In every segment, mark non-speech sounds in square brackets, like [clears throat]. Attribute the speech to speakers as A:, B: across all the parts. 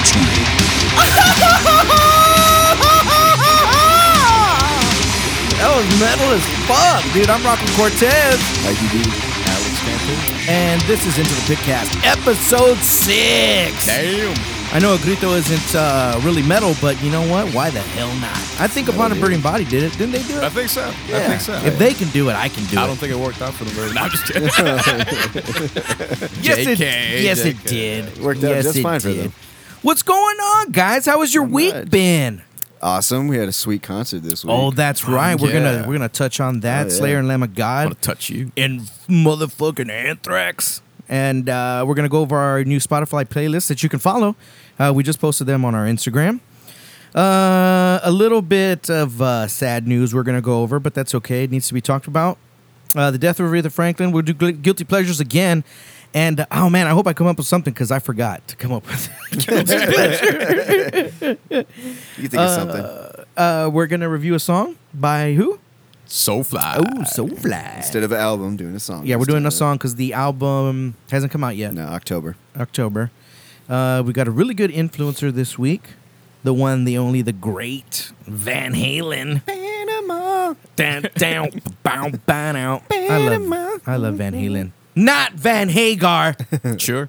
A: [laughs] That was metal as fuck, dude. I'm rocking Cortez,
B: IDD, Alex Stanton.
A: and this is Into the Pitcast, episode six.
B: Damn.
A: I know Agrito isn't uh, really metal, but you know what? Why the hell not? I think Upon a Burning Body did it. Didn't they do it?
B: I think so. I
A: Yeah.
B: think so.
A: If they can do it, I can do
B: I
A: it.
B: don't think it worked out for them very much.
A: Yes, it,
B: JK,
A: yes, it
B: JK.
A: did.
C: Worked out
A: Yes,
C: just
A: it
C: fine for
A: did.
C: them.
A: What's going on, guys? How has your week
C: much.
A: been?
C: Awesome. We had a sweet concert this week.
A: Oh, that's right. We're
B: yeah.
A: gonna we're gonna touch on that
C: Oh, yeah.
A: Slayer and Lamb of
B: I
A: God
B: want to touch you.
A: and motherfucking Anthrax. And uh, we're gonna go over our new Spotify playlist that you can follow. Uh, we just posted them on our Instagram. Uh, a little bit of uh, sad news we're gonna go over, but that's okay. It needs to be talked about. Uh, the death of Aretha Franklin. We'll do gu- guilty pleasures again. And uh, oh man, I hope I come up with something because I forgot to come up with. [laughs]
C: you think it's something?
A: Uh, we're gonna review a song by who?
B: So fly.
A: Oh, Soulfly.
C: Instead of an album, doing a song.
A: Yeah, we're doing a
C: Instead
A: song because the album hasn't come out yet.
C: of- No, October.
A: October. Uh, we got a really good influencer this week. The one, the only, the great Van Halen.
C: Panama.
A: Down, down, bow, bow, now. I love, I love Van Halen. Not Van
B: [laughs]
A: Hagar.
B: [laughs] sure.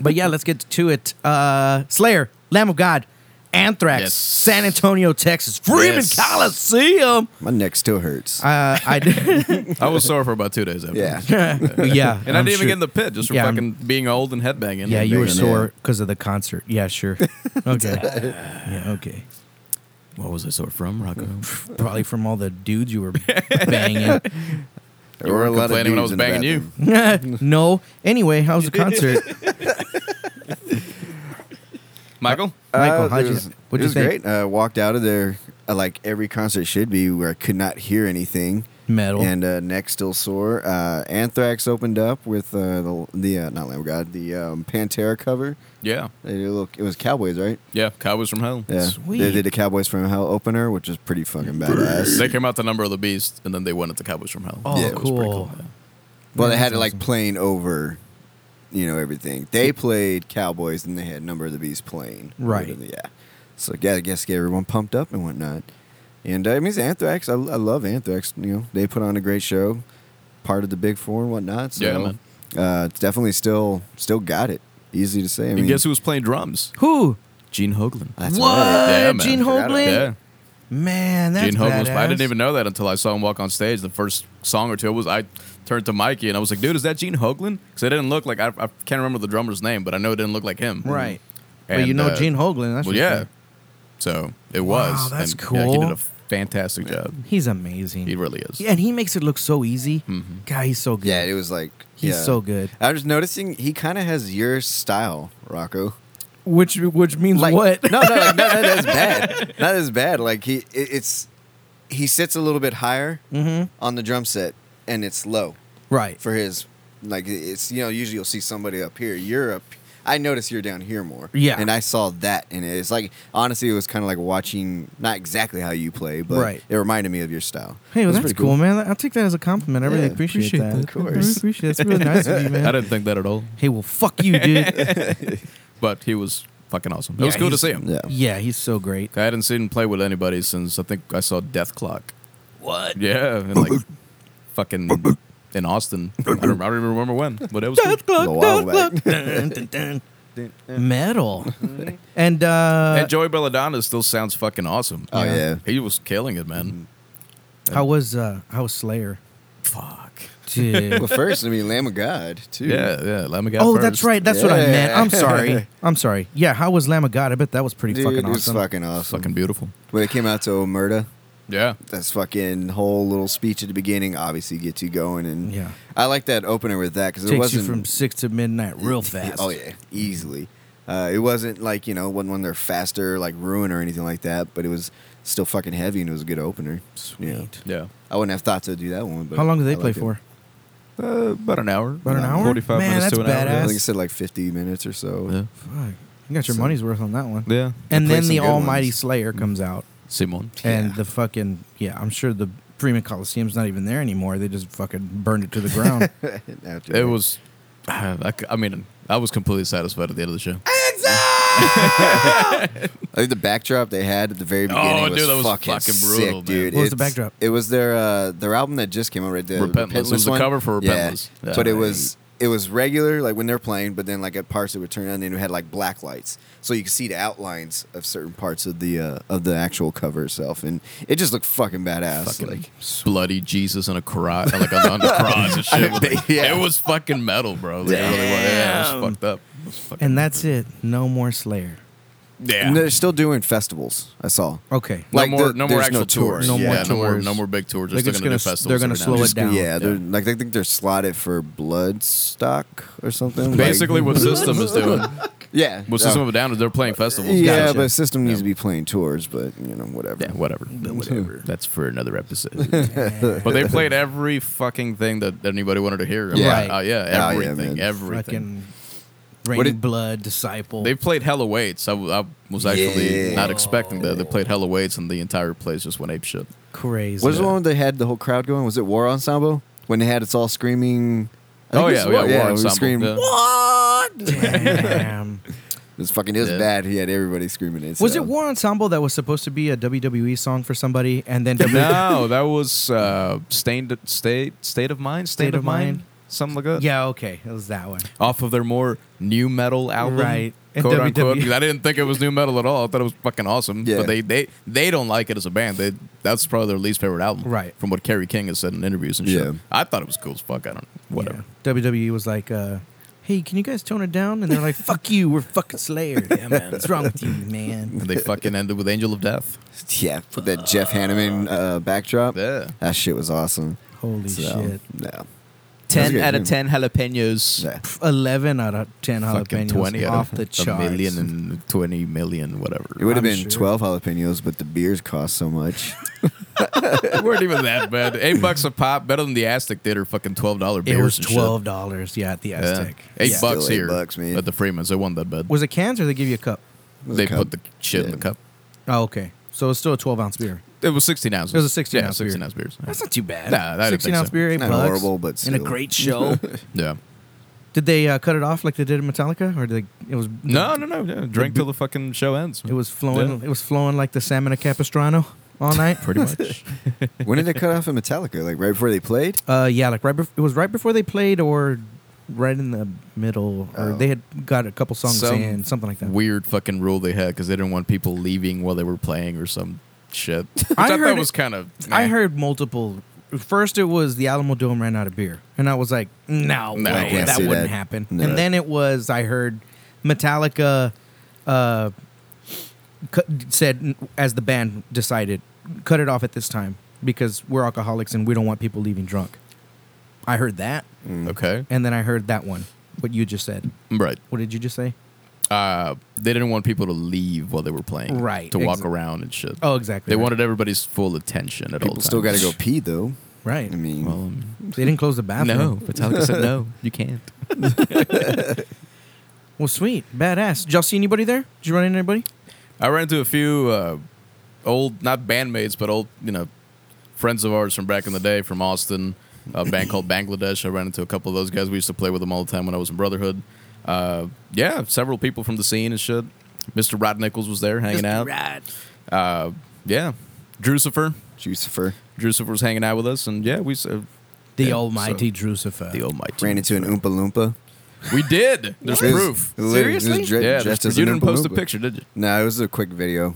A: but yeah, let's get to it. Uh, Slayer, Lamb of God, Anthrax,
B: Yes.
A: San Antonio, Texas, Freeman
B: Yes.
A: Coliseum.
C: My neck still hurts.
A: Uh,
B: [laughs]
A: I [laughs] did.
B: I was sore for about two days after.
A: [laughs]
C: yeah.
A: yeah.
B: And I
A: I'm
B: didn't even
A: sure.
B: get in the pit just for
A: Yeah, I'm-
B: fucking being old and headbanging.
A: Yeah, you were
C: Yeah.
A: sore because of the concert. Yeah, sure. Okay. yeah, okay.
B: What was I sore from, Rocco?
A: [laughs] Probably from all the dudes you were banging.
C: There were a lot of
B: complaining when I was
C: dudes in the
B: banging you.
C: bathroom.
A: no. Anyway, how was the concert?
B: Michael?
A: Michael,
C: Uh,
A: how'd
C: it
A: you-
C: was,
A: what'd you
C: it was
A: think?
C: great. Uh, walked out of there uh, like every concert should be, where I could not hear anything.
A: Metal.
C: And uh, neck still sore. Uh, Anthrax opened up with uh, the the uh, not Lamb of God, the um, Pantera cover.
B: Yeah.
C: They did a little, it was Cowboys, right?
B: Yeah. Cowboys from Hell.
C: Yeah.
A: Sweet.
C: They did a Cowboys from Hell opener, which is pretty fucking badass.
B: They came out the number of the beast, and then they went at the Cowboys from Hell.
A: Oh,
B: It was pretty
A: cool.
B: yeah.
C: Well, they had it like playing over, you know, everything. They played Cowboys and they had Number of the Beast playing.
A: Right.
C: Yeah. So yeah, I guess get everyone pumped up and whatnot. And uh, I mean, it's Anthrax. I, I love Anthrax. You know, they put on a great show, part of the Big Four and whatnot. So,
B: Yeah, man.
C: Uh, it's definitely still still got it. Easy to say. I mean,
B: and guess who was playing drums?
A: Who?
B: Gene Hoagland.
C: That's
A: what?
C: right.
B: Yeah, man.
A: Uh, Gene
C: Forgot about
A: Hoagland?
B: yeah.
A: Man, that's
B: Gene Hoagland. was- I
A: badass.
B: didn't even know that until I saw him walk on stage. The first song or two was I turned to Mikey and I was like, "Dude, is that Gene Hoagland?" Because it didn't look like I, I can't remember the drummer's name, but I know it didn't look like him.
A: Right.
B: And,
A: but you know
B: uh,
A: Gene Hoagland. That's
B: Well,
A: for
B: yeah.
A: sure.
B: So it
A: Wow,
B: was.
A: that's
B: and, yeah, he did
A: cool.
B: a fantastic job.
A: He's amazing.
B: He really is.
A: Yeah, and he makes it look so easy. God, he's so good.
C: Yeah, it was like
A: He's
C: yeah.
A: so good.
C: I was noticing he kind of has your style, Rocco.
A: Which which means
C: like
A: what?
C: No, no, like, not, not as bad. Not as bad. Like he, it, it's he sits a little bit higher
A: Mm-hmm.
C: on the drum set, and it's low
A: [laughs] Right.
C: for his. Like it's you know usually you'll see somebody up here. You're up. I notice you're down here more.
A: Yeah.
C: and I saw that, and it's like honestly, it was kind of like watching not exactly how you play, but
A: Right.
C: it reminded me of your style.
A: Hey,
C: It
A: well,
C: was
A: that's
C: pretty
A: cool, man. I'll take that as a compliment. I really
C: Yeah,
A: appreciate,
C: appreciate
A: that.
C: that, of
A: I really
C: course.
A: appreciate it. That's really nice of you,
C: [laughs]
A: man.
B: I didn't think that at all,
A: Hey, well, fuck you, dude.
B: but he was fucking awesome. It
A: Yeah,
B: was cool to
A: he's-
B: see him.
C: Yeah.
A: [laughs] yeah, he's so great.
B: I hadn't seen him play with anybody since I think I saw Death Clock.
A: [laughs] What?
B: Yeah, and like fucking in Austin. I don't, I don't even remember when, but it was cool.
A: Death clock,
C: A while
A: death
C: back.
A: clock. Dun, dun, dun. Metal. and uh
B: And Joey Belladonna still sounds fucking awesome.
C: Oh, yeah.
B: he was killing it, man.
A: how was uh how was Slayer?
B: Fuck.
A: Dude.
C: [laughs] Well, first I mean Lamb of God too.
B: Yeah, yeah. Let me get.
A: oh,
B: first.
A: that's right. That's what I
C: Yeah.
A: meant. I'm sorry.
C: [laughs]
A: I'm sorry. Yeah, how was Lamb of God? I bet that was pretty
C: Dude,
A: fucking
C: it was
A: awesome.
C: fucking awesome.
B: Fucking beautiful.
C: When it came out to Omerta,
B: Yeah.
C: that's fucking whole little speech at the beginning obviously gets you going and
A: Yeah.
C: i like that opener with that because it
A: Takes you
C: wasn't
A: from six to midnight real fast.
C: [laughs] oh yeah easily uh, it wasn't like you know wasn't one they're faster like ruin or anything like that but it was still fucking heavy and it was a good opener
A: Sweet.
C: Yeah.
B: Yeah.
C: i wouldn't have thought to do that one but
A: How long did they
C: I
A: play
C: liked it.
A: for?
B: Uh, about an hour.
A: About an hour?
B: Forty-five
A: Man,
B: minutes
A: that's
B: to an
C: i
A: badass.
B: hour.
C: think it said like 50 minutes or so
B: Yeah.
A: Fuck. You got your
C: So-
A: money's worth on that one.
B: Yeah.
A: And
C: They
A: then
C: played
A: the
C: some good
A: Almighty
C: ones. Mm.
A: Slayer comes out.
B: Simon.
A: And
C: Yeah.
A: the fucking yeah, I'm sure the Freeman Coliseum's not even there anymore. They just fucking burned it to the
C: [laughs]
A: ground.
C: After
B: It
C: that.
B: [sighs] was. I, c- I mean, I was completely satisfied at the end of the show.
C: I think the backdrop they had at the very beginning
B: Oh,
C: was,
B: dude, that was
C: fucking,
B: fucking
C: sick,
B: brutal, man.
C: dude.
A: What was the
C: It's-
A: backdrop?
C: It was their uh, their album that just came out right there.
B: Repentless. It was the
C: one.
B: cover for
C: Yeah.
B: Repentless. Yeah.
C: But it was it was regular, like when they're playing, but then like at parts it would turn on and it had like black lights. So you could see the outlines of certain parts of the uh, of the actual cover itself and it just looked fucking badass.
B: Fucking
C: like
B: bloody Jesus on a cross, like on, on the cross and shit. Like,
C: Yeah.
B: It was fucking metal, bro. Like, it really was. Yeah, it
A: Damn.
B: was fucked up. It was fucking-
A: And that's it. No more Slayer.
B: yeah.
C: and they're still doing festivals, I saw. [laughs]
A: Okay.
B: No
C: Like,
B: more,
C: the-
B: no more
C: there's
B: actual
C: no
B: tours.
C: tours.
A: No
B: yeah,
A: more
B: No more,
A: tours.
B: no more big tours. They're,
A: They're
B: still
A: just
B: going to do
A: gonna s-
B: festivals.
A: they're gonna
B: every now
A: slow
B: and
A: it
B: then.
A: down.
C: Yeah, they're like I think they're slotted for Bloodstock or something. like-
B: Basically,
C: [laughs]
B: what System is doing,
C: yeah,
B: what System
C: uh,
B: of a Down is they're playing festivals.
C: Yeah,
A: Gotcha.
C: but system needs
B: Yeah.
C: to be playing tours, but you know whatever.
B: Yeah, whatever.
C: whatever.
B: That's for another
C: [laughs]
B: episode. but they played every fucking thing that that anybody wanted to hear.
C: Yeah. Oh,
B: About. Uh, yeah,
C: yeah,
B: everything.
C: man.
B: everything.
A: Fucking Rain
C: What did-
A: Blood Disciple.
B: They played Hella Waits. I, w- I was actually
C: Yeah.
B: not expecting that. They played Hella Waits, and the entire place just went ape shit.
A: Crazy.
C: What was the one they had the whole crowd going? Was it War Ensemble when they had us all screaming? I think
B: Oh,
C: it
B: yeah,
C: was
B: yeah, War
C: we
B: Ensemble,
C: screamed,
B: yeah.
C: What?
A: Damn.
C: [laughs] It was fucking. It was
B: Yeah.
C: bad. He had everybody screaming it.
A: [laughs] was
C: so.
A: it War Ensemble that was supposed to be a WWE song for somebody and
C: [laughs]
A: then
B: [laughs]
A: E?
B: no, that was uh, stained state state of mind, state,
A: State
B: of,
A: of
B: mind?
A: Mind.
B: something like that.
A: Yeah, okay. It was that one.
B: off of their more new metal album,
A: Right. And
B: Quote unquote.
A: WWE.
B: 'cause I didn't think it was new metal at all. I thought it was fucking awesome.
C: Yeah.
B: But they they they don't like it as a band. They that's probably their least favorite album.
A: Right.
B: From what Kerry King has said in interviews and shit.
C: Yeah.
B: I thought it was cool as fuck. I don't know. Whatever.
A: Yeah. WWE was like, uh, hey, can you guys tone it down? And they're
B: [laughs]
A: like, fuck you. We're fucking Slayer. Yeah, man. What's wrong with you, man?
B: [laughs] And they fucking ended with Angel of Death.
C: Yeah, with that Jeff Hanneman uh, backdrop.
B: Yeah.
C: That shit was awesome.
A: Holy
C: So,
A: shit.
C: Yeah. That's
B: 10
C: a good
B: out of
C: name.
B: 10 jalapenos.
C: Yeah.
A: 11 out of 10
B: Fucking
A: jalapenos
B: 20 out
A: off
B: of
A: the
B: a
A: charts.
B: million and 20 million, whatever.
C: It would have
A: I'm
C: been
A: sure.
C: 12 jalapenos, but the beers cost so
B: [laughs]
C: much.
B: They weren't even that bad. Eight bucks a pop, better than the Aztec Theater fucking twelve dollar
A: it
B: beers.
A: was
B: and shit.
A: twelve dollars, yeah, at the
B: Yeah.
A: Aztec.
B: Eight
C: Yeah.
B: bucks
C: Still eight
B: here
C: bucks, man.
B: at the Freemans. They won that bad.
A: Was it cans or they give you a cup?
B: they
C: a
B: put
C: cup.
B: the shit in the
C: Yeah.
B: cup.
A: Oh, okay. So it's still a twelve ounce beer.
B: It was sixteen ounces.
A: It was a 16
B: yeah,
A: ounce
B: sixteen
A: beer.
B: ounce beers.
A: That's not too bad.
B: Nah, I didn't
A: sixteen
B: think
A: ounce
B: so.
A: beer, eight
C: Not
A: bucks.
C: horrible, but
A: in a
C: still.
A: great show.
C: [laughs]
B: yeah.
A: did they uh, cut it off like they did in Metallica, or did they, it was
B: No, no, no. Yeah. Drink till the fucking show ends.
A: It was flowing.
B: Yeah.
A: It was flowing like the salmon of Capistrano
B: [laughs]
A: all night.
B: pretty
A: [laughs]
B: much.
C: when did they cut off in Metallica? Like right before they played?
A: uh, yeah, like right. Bef- it was right before they played, or right in the middle, or
C: Oh.
A: they had got a couple songs
B: Some
A: in, something like that.
B: Weird fucking rule they had because they didn't want people leaving while they were playing or some shit. Which
A: [laughs]
B: I,
A: I
B: thought
A: heard
B: was
A: it-
B: kind of.
A: I heard multiple. First, it was the Alamo Dome ran out of beer, and I was like, "No,
B: No, I
A: way,
B: can't
A: that
B: see
A: wouldn't
C: that.
A: happen."
C: No.
A: And then it was I heard Metallica uh, cut, said, as the band decided, cut it off at this time because we're alcoholics and we don't want people leaving drunk. I heard that,
B: Okay. Mm,
A: and then I heard that one. What you just said.
B: Right.
A: What did you just say?
B: Uh, they didn't want people to leave while they were playing.
A: Right,
B: To walk
A: exa-
B: around and shit.
A: Oh, exactly.
B: They
A: right.
B: wanted everybody's full attention at all
C: People
B: times.
C: still got to go pee, though.
A: right.
C: I mean,
B: Well, um,
A: they didn't close the
B: no,
A: bathroom.
B: Metallica said [laughs] no. You can't.
A: Well, sweet, badass. Did y'all see anybody there? Did you run into anybody?
B: I ran into a few uh, old, not bandmates, but old, you know, friends of ours from back in the day from Austin, a band called Bangladesh. I ran into a couple of those guys. We used to play with them all the time when I was in Brotherhood. Uh, yeah, several people from the scene and shit. Mr. Rod Nichols was there hanging out. Uh, yeah, Drucifer.
C: Jucifer.
B: Drucifer was hanging out with us, and yeah, we s- uh,
A: The
B: Yeah,
A: almighty Drucifer.
B: the almighty.
C: Ran into an Oompa Loompa.
B: we did. There's
C: It was-
B: proof.
C: it literally
A: Seriously?
C: was dre-
B: yeah,
C: dressed
B: there's-
C: as
B: you
C: an
B: didn't
C: Oompa
B: post a
C: Loompa.
B: picture, did you?
C: No, it was a quick video.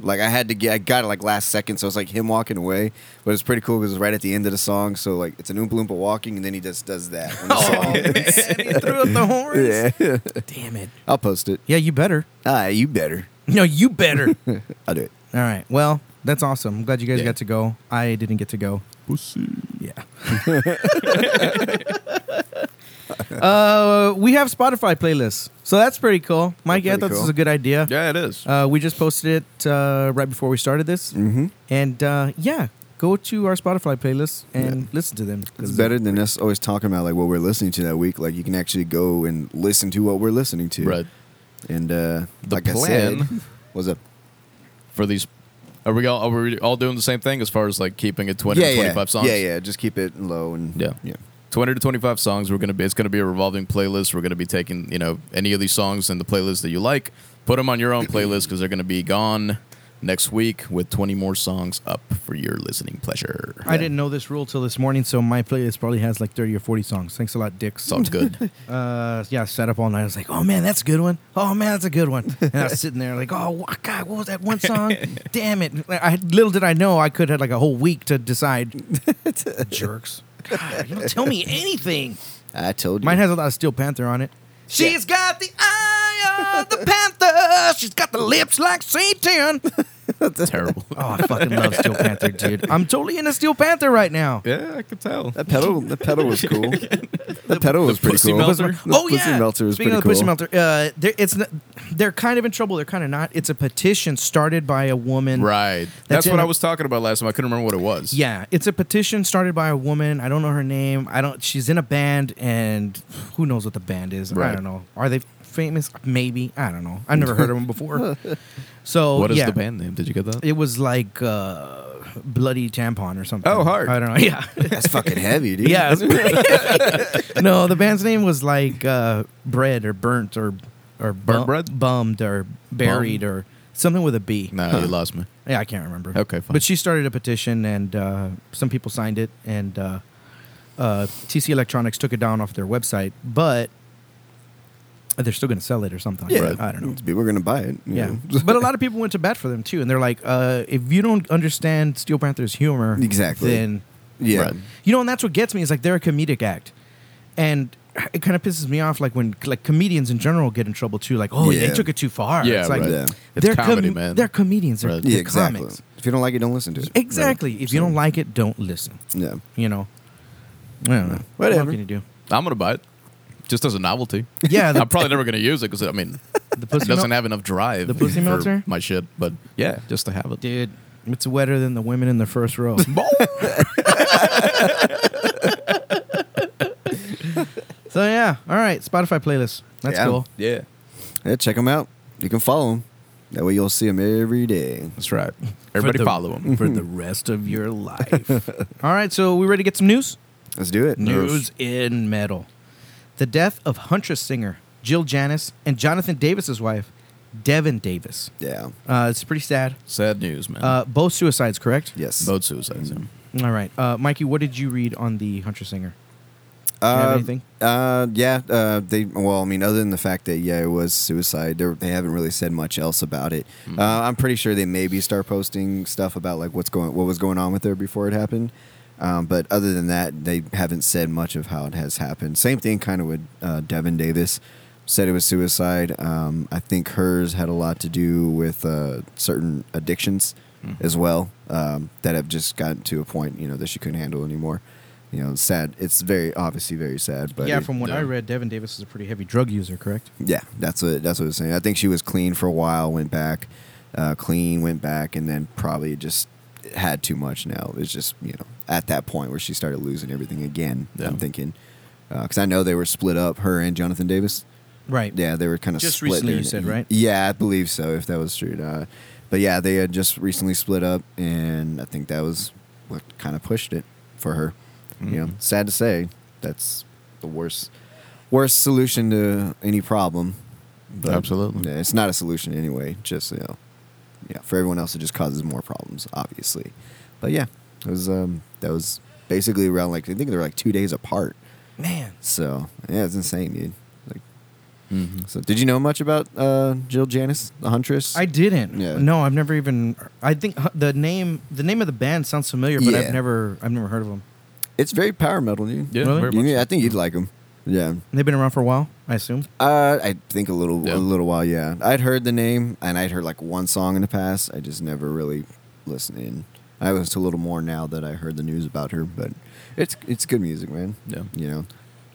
C: Like I had to get, I got it like last second, so it's like him walking away. But it's pretty cool because it's right at the end of the song, so like it's an Oompa Loompa walking, and then he just does that.
B: [laughs]
C: when the
A: Oh,
C: song
A: man,
C: ends.
A: he threw up the horns.
C: [laughs] yeah,
A: Damn it.
C: I'll
B: [laughs]
C: post it.
A: Yeah, you better. [laughs]
C: Ah, you better.
A: No, you better. All
C: [laughs] I'll do it.
A: right. Well, that's awesome. I'm glad you guys
B: Yeah.
A: got to go. I didn't get to go. Yeah. [laughs] uh, we have Spotify playlists, so that's pretty cool. Mike,
C: That's
A: I
C: pretty
A: thought this
C: cool.
A: was a good idea.
B: Yeah, it is.
A: Uh, we just posted it uh, right before we started this,
C: Mm-hmm.
A: and uh, yeah, go to our Spotify playlist and listen to them. 'cause
C: It's better than us always talking about like what we're listening to that week. Like you can actually go and listen to what we're listening to.
B: Right.
C: And uh,
B: The
C: like I
B: plan-
C: said, [laughs] was up.
B: for these are we all are we all doing the same thing as far as like keeping it 20
C: yeah,
B: 25
C: yeah.
B: songs
C: Yeah, yeah. Just keep it low and
B: Yeah.
C: yeah.
B: 20 to 25 songs. We're going to be, it's going to be a revolving playlist. We're going to be taking, you know, any of these songs in the playlist that you like, put them on your own playlist because they're going to be gone next week with 20 more songs up for your listening pleasure.
A: I didn't know this rule till this morning, so my playlist probably has like 30 or 40 songs. Thanks a lot, Dicks.
B: It's all
C: [laughs]
B: good.
A: Uh, yeah, I sat up all night. I was like, oh man, that's a good one. Oh man, that's a good [laughs] one. And I was sitting there like, oh wh- God, what was that one [laughs] song? Damn it. I, little did I know I could have like a whole week to decide. [laughs] Jerks. God, you don't tell me anything.
C: I told you.
A: Mine has a lot of Steel Panther on it.
C: Yeah.
A: She's got the eye of the panther. She's got the lips like Satan.
C: [laughs]
B: Terrible.
A: Oh, I fucking love Steel Panther, dude. I'm totally into Steel Panther right now.
B: Yeah, I could tell.
A: [laughs]
C: that pedal, the pedal was cool. The pedal was pretty
B: pussy
C: cool.
B: melter.
C: The
A: Oh
C: pussy
A: yeah,
C: melter was
A: Speaking
C: pretty
A: of the
C: cool.
A: pussy melter, uh, they're, it's n- they're kind of in trouble. They're kind of not. It's a petition started by a woman.
B: Right.
A: That's
B: That's,
A: in
B: what
A: a-
B: I was talking about last time. I couldn't remember what it was.
A: Yeah, it's a petition started by a woman. I don't know her name. I don't. She's in a band, and who knows what the band is? I
B: Right.
A: don't know. Are they famous? Maybe. I don't know. I've never heard of them before. So
B: What is
A: yeah.
B: the band name? Did you get that?
A: It was like uh, bloody tampon or something.
B: Oh, hard.
A: I don't know. [laughs] Yeah.
C: That's fucking heavy, dude.
A: Yeah. it's- [laughs] no, the band's name was like uh, bread or burnt or or bum-
B: bread?
A: bummed or buried or something with a B.
B: No, you lost me.
A: Yeah, I can't remember.
B: Okay, fine.
A: But she started a petition, and uh, some people signed it, and uh, uh, TC Electronics took it down off their website, but they're still going to sell it or something.
C: Yeah. Mm.
A: Right. I don't know.
C: People are gonna buy it. you
A: Yeah,
C: know.
A: but a lot of people went to bat for them too, and they're like, uh, if you don't understand Steel Panther's humor,
C: Exactly.
A: then
C: [laughs] yeah.
B: Right.
A: you know, and that's what gets me is like they're a comedic act, and it kind of pisses me off. Like when like comedians in general get in trouble too. Like, oh, they
C: Yeah.
A: took it too far.
B: Yeah,
A: it's like,
B: right.
C: Yeah. It's
A: They're
B: comedy, man.
A: They're comedians. They're,
B: Right.
A: they're
C: Yeah, exactly.
A: comics.
C: If you don't like it, don't listen to it.
A: Exactly. If you don't like it, don't listen.
C: Right. Yeah.
A: You know. I don't know.
C: Whatever.
A: What can you do?
B: I'm gonna buy it, just as a novelty.
A: [laughs] Yeah,
B: [laughs]
A: the-
B: I'm probably never gonna use it because I mean,
A: The
B: it
A: pussy
B: doesn't
A: mel-
B: have enough drive.
A: The pussy
B: [laughs] for
A: melter?
B: my shit. But yeah, just to have it.
A: dude. It's wetter than the women in the first
C: [laughs]
A: row. so yeah. All right. Spotify playlist. That's
C: Yeah.
A: cool.
B: yeah,
C: Yeah, check them out. You can follow them. That way you'll see them every day.
B: that's right. Everybody
A: the-
B: follow him.
A: For the rest of your
C: [laughs]
A: life. All right. So we ready to get some news?
C: Let's do it.
A: News in metal. The death of Huntress singer Jill Janis and Jonathan Davis's wife, Devin Davis.
C: Yeah.
A: Uh, it's pretty sad.
B: Sad news, man.
A: Uh, both suicides, correct?
C: Yes.
B: Both suicides. yeah.
C: Mm-hmm.
A: All right, uh, Mikey. What did you read on the Hunter Singer?
C: Uh,
A: have anything?
C: Uh, yeah. Uh, they. Well, I mean, other than the fact that yeah, it was suicide, they're- they haven't really said much else about it. Uh, I'm pretty sure they maybe start posting stuff about like what's going, what was going on with her before it happened. Um, but other than that, they haven't said much of how it has happened. Same thing, kind of with uh, Devin Davis. Said it was suicide. Um, I think hers had a lot to do with uh, certain addictions as well um, that have just gotten to a point, you know, that she couldn't handle anymore. You know, sad. It's very obviously very sad. But
A: yeah,
C: it-
A: from what
B: yeah.
A: I read, Devin Davis is a pretty heavy drug user, correct?
C: yeah, that's what that's what I was saying. I think she was clean for a while, went back, uh, clean, went back, and then probably just had too much. Now it's just you know at that point where she started losing everything again.
B: Yeah.
C: I'm thinking because I know they were split up, her and Jonathan Davis.
A: Right.
C: Yeah, they were kind of
A: Just
C: split
A: recently you
C: during-
A: said, right?
C: Yeah, I believe so. If that was true, uh, but yeah, they had just recently split up, and I think that was what kind of pushed it for her. You
A: Mm-hmm.
C: know, sad to say, that's the worst worst solution to any problem.
B: Absolutely.
C: yeah, it's not a solution anyway. Just you know, yeah, for everyone else, it just causes more problems, obviously. But yeah, it was um, that was basically around like I think they were like two days apart.
A: Man,
C: So yeah, it's insane, dude. Like,
B: Mhm.
C: so did you know much about uh, Jill Janis, the Huntress?
A: I didn't.
C: Yeah.
A: No, I've never even. I think hu- the name the name of the band sounds familiar, but I've
C: Yeah.
A: never I've never heard of them.
C: It's very power metal, dude.
B: Yeah,
A: Really?
B: very
C: You-
B: much.
C: I think you'd like them. Yeah,
A: And they've been around for a while, I assume.
C: uh, I think a little,
B: Yeah.
C: a little while. Yeah, I'd heard the name, and I'd heard like one song in the past. I just never really listened in. I was a little more now that I heard the news about her, but it's it's good music, man.
B: Yeah.
C: you know,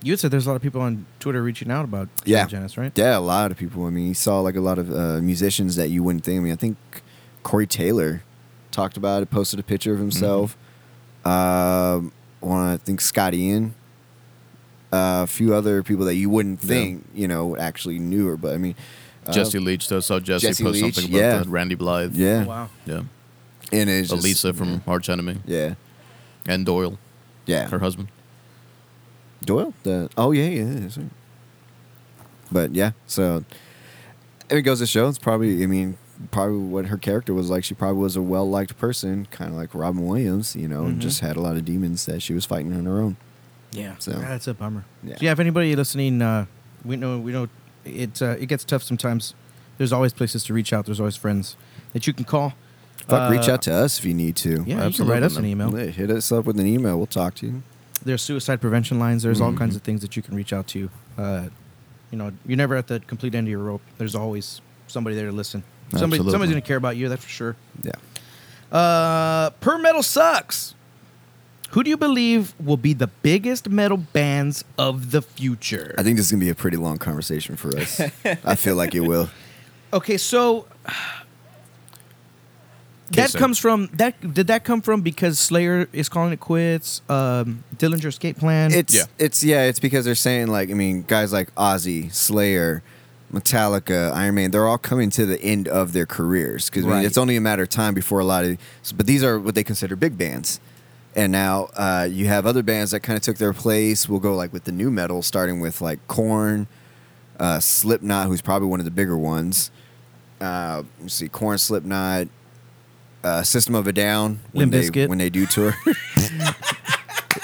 A: You had said there's a lot of people on Twitter reaching out about
C: Yeah.
A: Janice, right?
C: Yeah, a lot of people. I mean, you saw like a lot of uh, musicians that you wouldn't think. I mean, I think Corey Taylor talked about it, posted a picture
A: Mm-hmm.
C: of himself. Um, one, I think Scott Ian. Uh, a few other people that you wouldn't think, you know, actually knew her. But I mean, uh,
B: Jesse Leach though. So Jesse,
C: Jesse
B: posted
C: Leach,
B: something about
C: yeah.
B: that. Randy Blythe.
C: yeah,
A: Wow.
B: yeah.
C: and it's just-
B: Elisa from Arch Enemy
C: yeah,
B: and Doyle,
C: yeah,
B: her husband.
C: Doyle. The oh yeah yeah. yeah, sure. But yeah, so it goes to show. It's probably I mean probably what her character was like. She probably was a well liked person, kind of like Robin Williams, you know,
A: Mm-hmm.
C: and just had a lot of demons that she was fighting on her own.
A: Yeah,
C: So-
A: Ah, that's a bummer.
C: Yeah.
A: Yeah. So yeah, if anybody listening, uh, we know we know it. Uh, it gets tough sometimes. There's always places to reach out. There's always friends that you can call.
C: Fuck, reach
A: Uh,
C: out to us if you need to.
A: Yeah,
B: Absolutely.
A: you can write us an email.
C: Yeah, Hit us up with an email. We'll talk to you.
A: There's suicide prevention lines. There's all
C: Mm-hmm.
A: kinds of things that you can reach out to. Uh, you know, you're never at the complete end of your rope. There's always somebody there to listen. Somebody,
B: Absolutely.
A: somebody's gonna care about you. That's for sure.
C: Yeah.
A: Uh, per metal sucks. Who do you believe will be the biggest metal bands of the future?
C: I think this is going to be a pretty long conversation for
A: [laughs]
C: us. I feel like it will.
A: Okay, so [sighs] that
B: Kissing.
A: comes from that. Did that come from because Slayer is calling it quits? Um, Dillinger Escape Plan.
C: It's
B: Yeah.
C: it's yeah, it's because they're saying like I mean, guys like Ozzy, Slayer, Metallica, Iron Man, they're all coming to the end of their careers because
A: Right.
C: it's only a matter of time before a lot of. But these are what they consider big bands, and now uh, you have other bands that kind of took their place. We'll go like with the new metal, starting with like Corn, uh, Slipknot, who's probably one of the bigger ones. Uh, let's see, Corn, Slipknot. Uh, System of a Down
A: Limp
C: when they
A: Bizkit.
C: when they
A: [laughs]
C: do tour.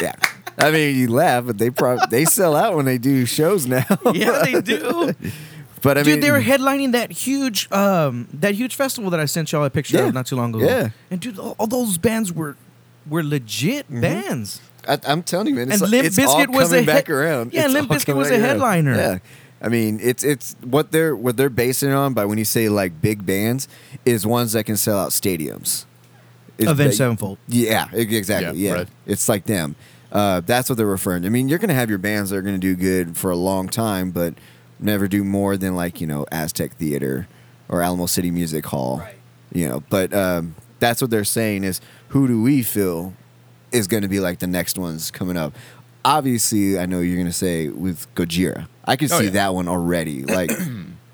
C: yeah. I mean, you laugh, but they probably they sell out when they do shows now.
A: [laughs] [laughs] yeah, they do.
C: [laughs] but I
A: Dude,
C: mean,
A: they were headlining that huge, um, that huge festival that I sent y'all a picture
C: Yeah.
A: of not too long ago.
C: Yeah.
A: and dude, all, all those bands were were legit
C: Mm-hmm.
A: bands.
C: I, I'm telling you, man. It's
A: And
C: like,
A: Limp
C: it's all
A: Bizkit was
C: coming
A: a
C: back
A: head-
C: around.
A: Yeah,
C: It's
A: Limp
C: all
A: Bizkit
C: coming
A: was
C: back
A: a
C: around.
A: headliner.
C: Yeah, I mean, it's it's what they're what they're basing it on. By when you say like big bands, is ones that can sell out stadiums. Is
A: Avenged
C: that-
A: Sevenfold.
C: Yeah, e- exactly. Yeah,
B: Yeah, right.
C: it's like them. Uh, that's what they're referring. to. I mean, you're going to have your bands that are going to do good for a long time, but never do more than like you know Aztec Theater or Alamo City Music Hall.
A: Right.
C: You know, but um, that's what they're saying is who do we feel is going to be like the next ones coming up? Obviously, I know you're going to say with Gojira. I can
B: Oh,
C: see
B: yeah.
C: that one
B: [clears throat]
C: already. Like.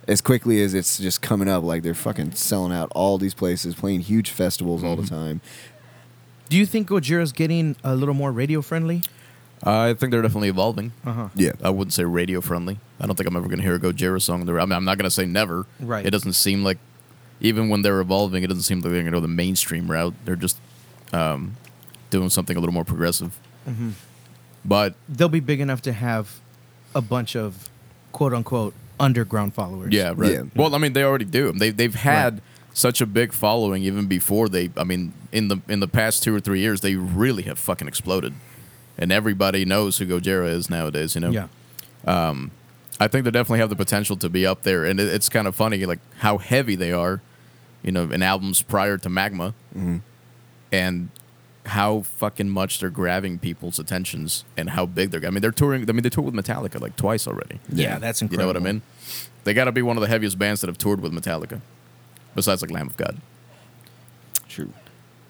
C: As quickly as it's just coming up, like they're fucking selling out all these places, playing huge festivals all
B: Mm-hmm.
C: the time.
A: Do you think Gojira's getting a little more radio friendly?
B: I think they're definitely evolving.
A: Uh huh.
C: Yeah.
B: I wouldn't say radio friendly. I don't think I'm ever going to hear a Gojira song. on the ra- I mean, I'm not going to say never.
A: Right.
B: It doesn't seem like, even when they're evolving, it doesn't seem like they're going to go the mainstream route. They're just um, doing something a little more progressive. But
A: They'll be big enough to have a bunch of quote unquote underground followers.
B: yeah, right.
C: Yeah.
B: Well, I mean, they already do. They they've had such a big following even before they. I mean, in the in the past two or three years, they really have fucking exploded, and everybody knows who Gojira is nowadays. You know.
A: yeah.
B: I think they definitely have the potential to be up there, and it, it's kind of funny like how heavy they are, you know, in albums prior to Magma,
C: Mm-hmm.
B: and how fucking much they're grabbing people's attentions and how big they're. I mean, they're touring. I mean, they toured with Metallica like twice already.
A: Yeah, that's
B: You know
A: incredible.
B: what I mean? They got to be one of the heaviest bands that have toured with Metallica, besides like Lamb of God.
C: True.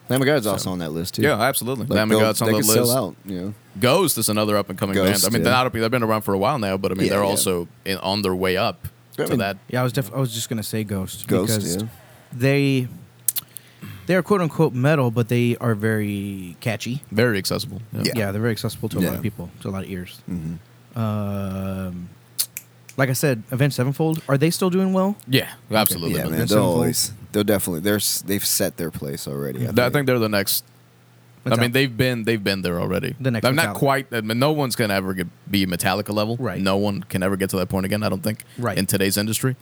C: Lamb of God's
B: So-
C: also on that list too.
B: Yeah, absolutely.
C: Like,
B: Lamb of
C: they'll-
B: God's on
C: they
B: the
C: could
B: list.
C: Sell out, you know.
B: Ghost is another up and coming band.
C: Ghost,
B: I mean,
C: yeah.
B: they're not, they've been around for a while now, but I mean,
C: Yeah,
B: they're
C: yeah.
B: also in, on their way up
C: I
B: to
C: mean,
B: that.
A: Yeah, I was def- I was just gonna say Ghost.
C: Ghost,
A: because
C: yeah.
A: They they're quote unquote metal, but they are very catchy.
B: Very accessible. Yeah.
A: Yeah, they're very accessible to a lot
C: Yeah. Mm-hmm.
A: of people, to a lot of ears. Um, like I said, Avenged Sevenfold are they still doing well?
B: Yeah, absolutely.
C: Yeah,
B: But
C: man.
A: That's
C: They'll
A: simple.
C: always. They'll definitely. They're s- they've set their place already.
A: Yeah.
C: I
B: th-
C: think.
B: I think they're the next.
A: What's
B: I mean,
A: up?
B: they've been they've been there already.
A: The next
B: I'm not
A: Metallica.
B: quite. I mean, no one's gonna ever get, be Metallica level.
A: Right.
B: No one can ever get to that point again. I don't think.
A: Right.
B: In today's industry,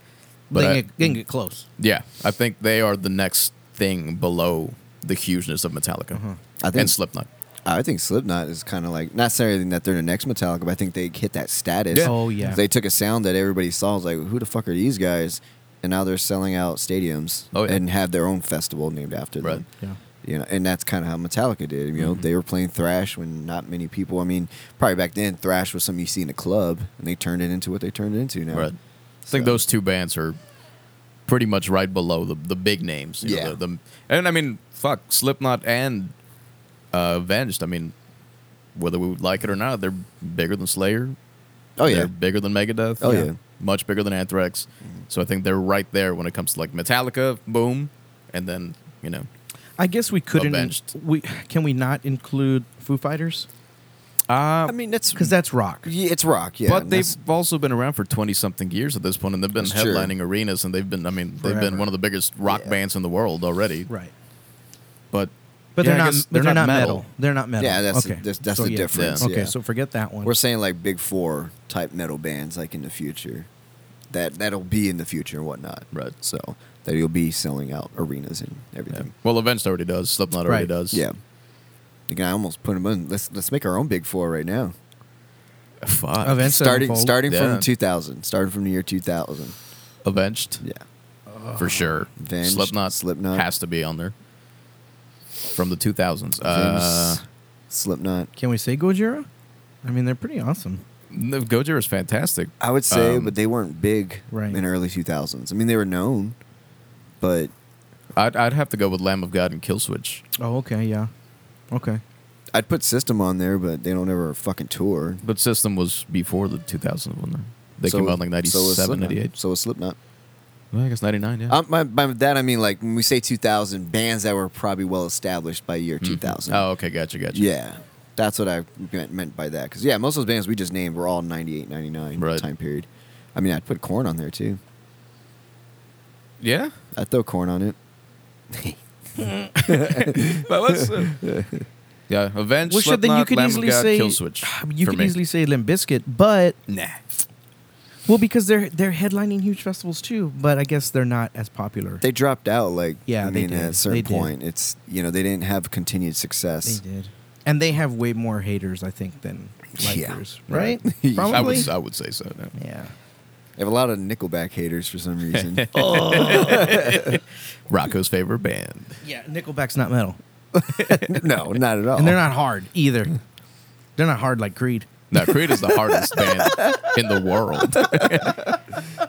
B: but
A: they,
B: I-
A: can get, they can get close.
B: yeah, I think they are the next thing below the hugeness of Metallica
A: Uh-huh.
C: I think-
B: and Slipknot.
C: I think Slipknot is kind of like not necessarily that they're the next Metallica, but I think they hit that status.
A: Yeah. Oh, yeah.
C: They took a sound that everybody saw. Was like, who the fuck are these guys? And now they're selling out stadiums
B: Oh, yeah.
C: and have their own festival named after them.
B: Right.
A: Yeah.
C: you know, and that's kind of how Metallica did. You
B: Mm-hmm.
C: know, they were playing thrash when not many people. I mean, probably back then, thrash was something you see in a club, and they turned it into what they turned it into now.
B: Right. I think
C: So-
B: those two bands are pretty much right below the the big names. you know,
C: Yeah.
B: the, the- and I mean, fuck, Slipknot and uh, Avenged. I mean, whether we would like it or not, they're bigger than Slayer.
C: Oh yeah,
B: They're bigger than Megadeth.
C: Oh, yeah. Mm-hmm.
B: Much bigger than Anthrax. So I think they're right there when it comes to like Metallica, boom, and then, you know,
A: I guess we couldn't.
B: Avenged.
A: We can we not include Foo Fighters?
C: I mean, that's
A: because that's rock.
C: yeah, it's rock. Yeah,
B: but
C: and
B: they've
C: that's-
B: also been around for 20 something years at this point and they've been
C: That's true.
B: headlining arenas and they've been i mean they've
A: Forever.
B: been one of the biggest rock
C: Yeah.
B: bands in the world already
A: Right.
B: but
A: But
B: yeah, I
A: they're not.
B: guess
A: But they're, not metal. They're not metal.
C: Yeah, that's-
A: okay.
C: that's- that's
A: so,
C: the
A: yeah.
C: difference,
A: Okay,
C: yeah.
A: so forget that one.
C: we're saying like big four type metal bands like in the future. That that'll be in the future and whatnot.
B: Right.
C: So that you'll be selling out arenas and
B: yeah.
C: everything.
B: well events already does slipknot already
A: Right.
B: does
C: Yeah. You can almost put them in. Let's let's make our own big four right now.
B: Fuck.
A: Events
C: starting
A: Sevenfold.
C: starting
B: Yeah.
C: from 2000 starting from the year 2000
B: avenged
C: yeah Uh,
B: for sure
C: Avenged,
B: slipknot
C: Slipknot.
B: has to be on there from the 2000s uh
C: Avenged, slipknot
A: Can we say Gojira? I mean, they're pretty awesome.
B: no, gojira is fantastic
C: i would say
B: Um,
C: but they weren't big
A: Right.
C: in early 2000s i mean they were known but
B: I'd, I'd have to go with lamb of god and killswitch
A: Oh, okay, yeah, okay.
C: i'd put system on there but they don't ever fucking tour
B: but system was before the 2000s one there they
C: So-
B: came out in like
C: so was
B: 97
C: Slipknot.
B: 98
C: so was slipknot
B: i guess 99 yeah
C: um, by, by that i mean like when we say 2000 bands that were probably well established by year 2000
B: oh okay gotcha gotcha
C: yeah that's what i meant, meant by that because yeah most of those bands we just named were all 98 99
B: Right.
C: time period i mean i'd put corn on there too
B: yeah
C: i'd throw corn on it
B: but let's. Uh,
C: [laughs]
B: yeah, Avenged.
A: Well, shit, then you
B: Slipknot,
A: could
B: Lamb of
A: easily
B: God,
A: say
B: Killswitch.
A: [sighs] You
B: for
A: could
B: me.
A: easily say Limp Bizkit, but
B: Nah.
A: well, because they're they're headlining huge festivals too. But I guess they're not as popular.
C: they dropped out like
A: Yeah,
C: I
A: they
C: mean
A: did.
C: at a
A: They
C: certain
A: did.
C: point it's you know they didn't have continued
A: They
C: success.
A: did, and they have way more haters, I think, than
C: Yeah.
A: likers, right?
B: [laughs]
C: Right.
A: Probably.
B: I would. I would say so. yeah.
A: yeah.
C: They have a lot of Nickelback haters for some reason. Oh,
B: Rocco's favorite band.
A: Yeah. Nickelback's not metal,
C: no, not at all.
A: and they're
B: Oh.
A: not hard either.
B: [laughs]
A: they're not hard like Creed.
B: No, Creed is the hardest band in the world.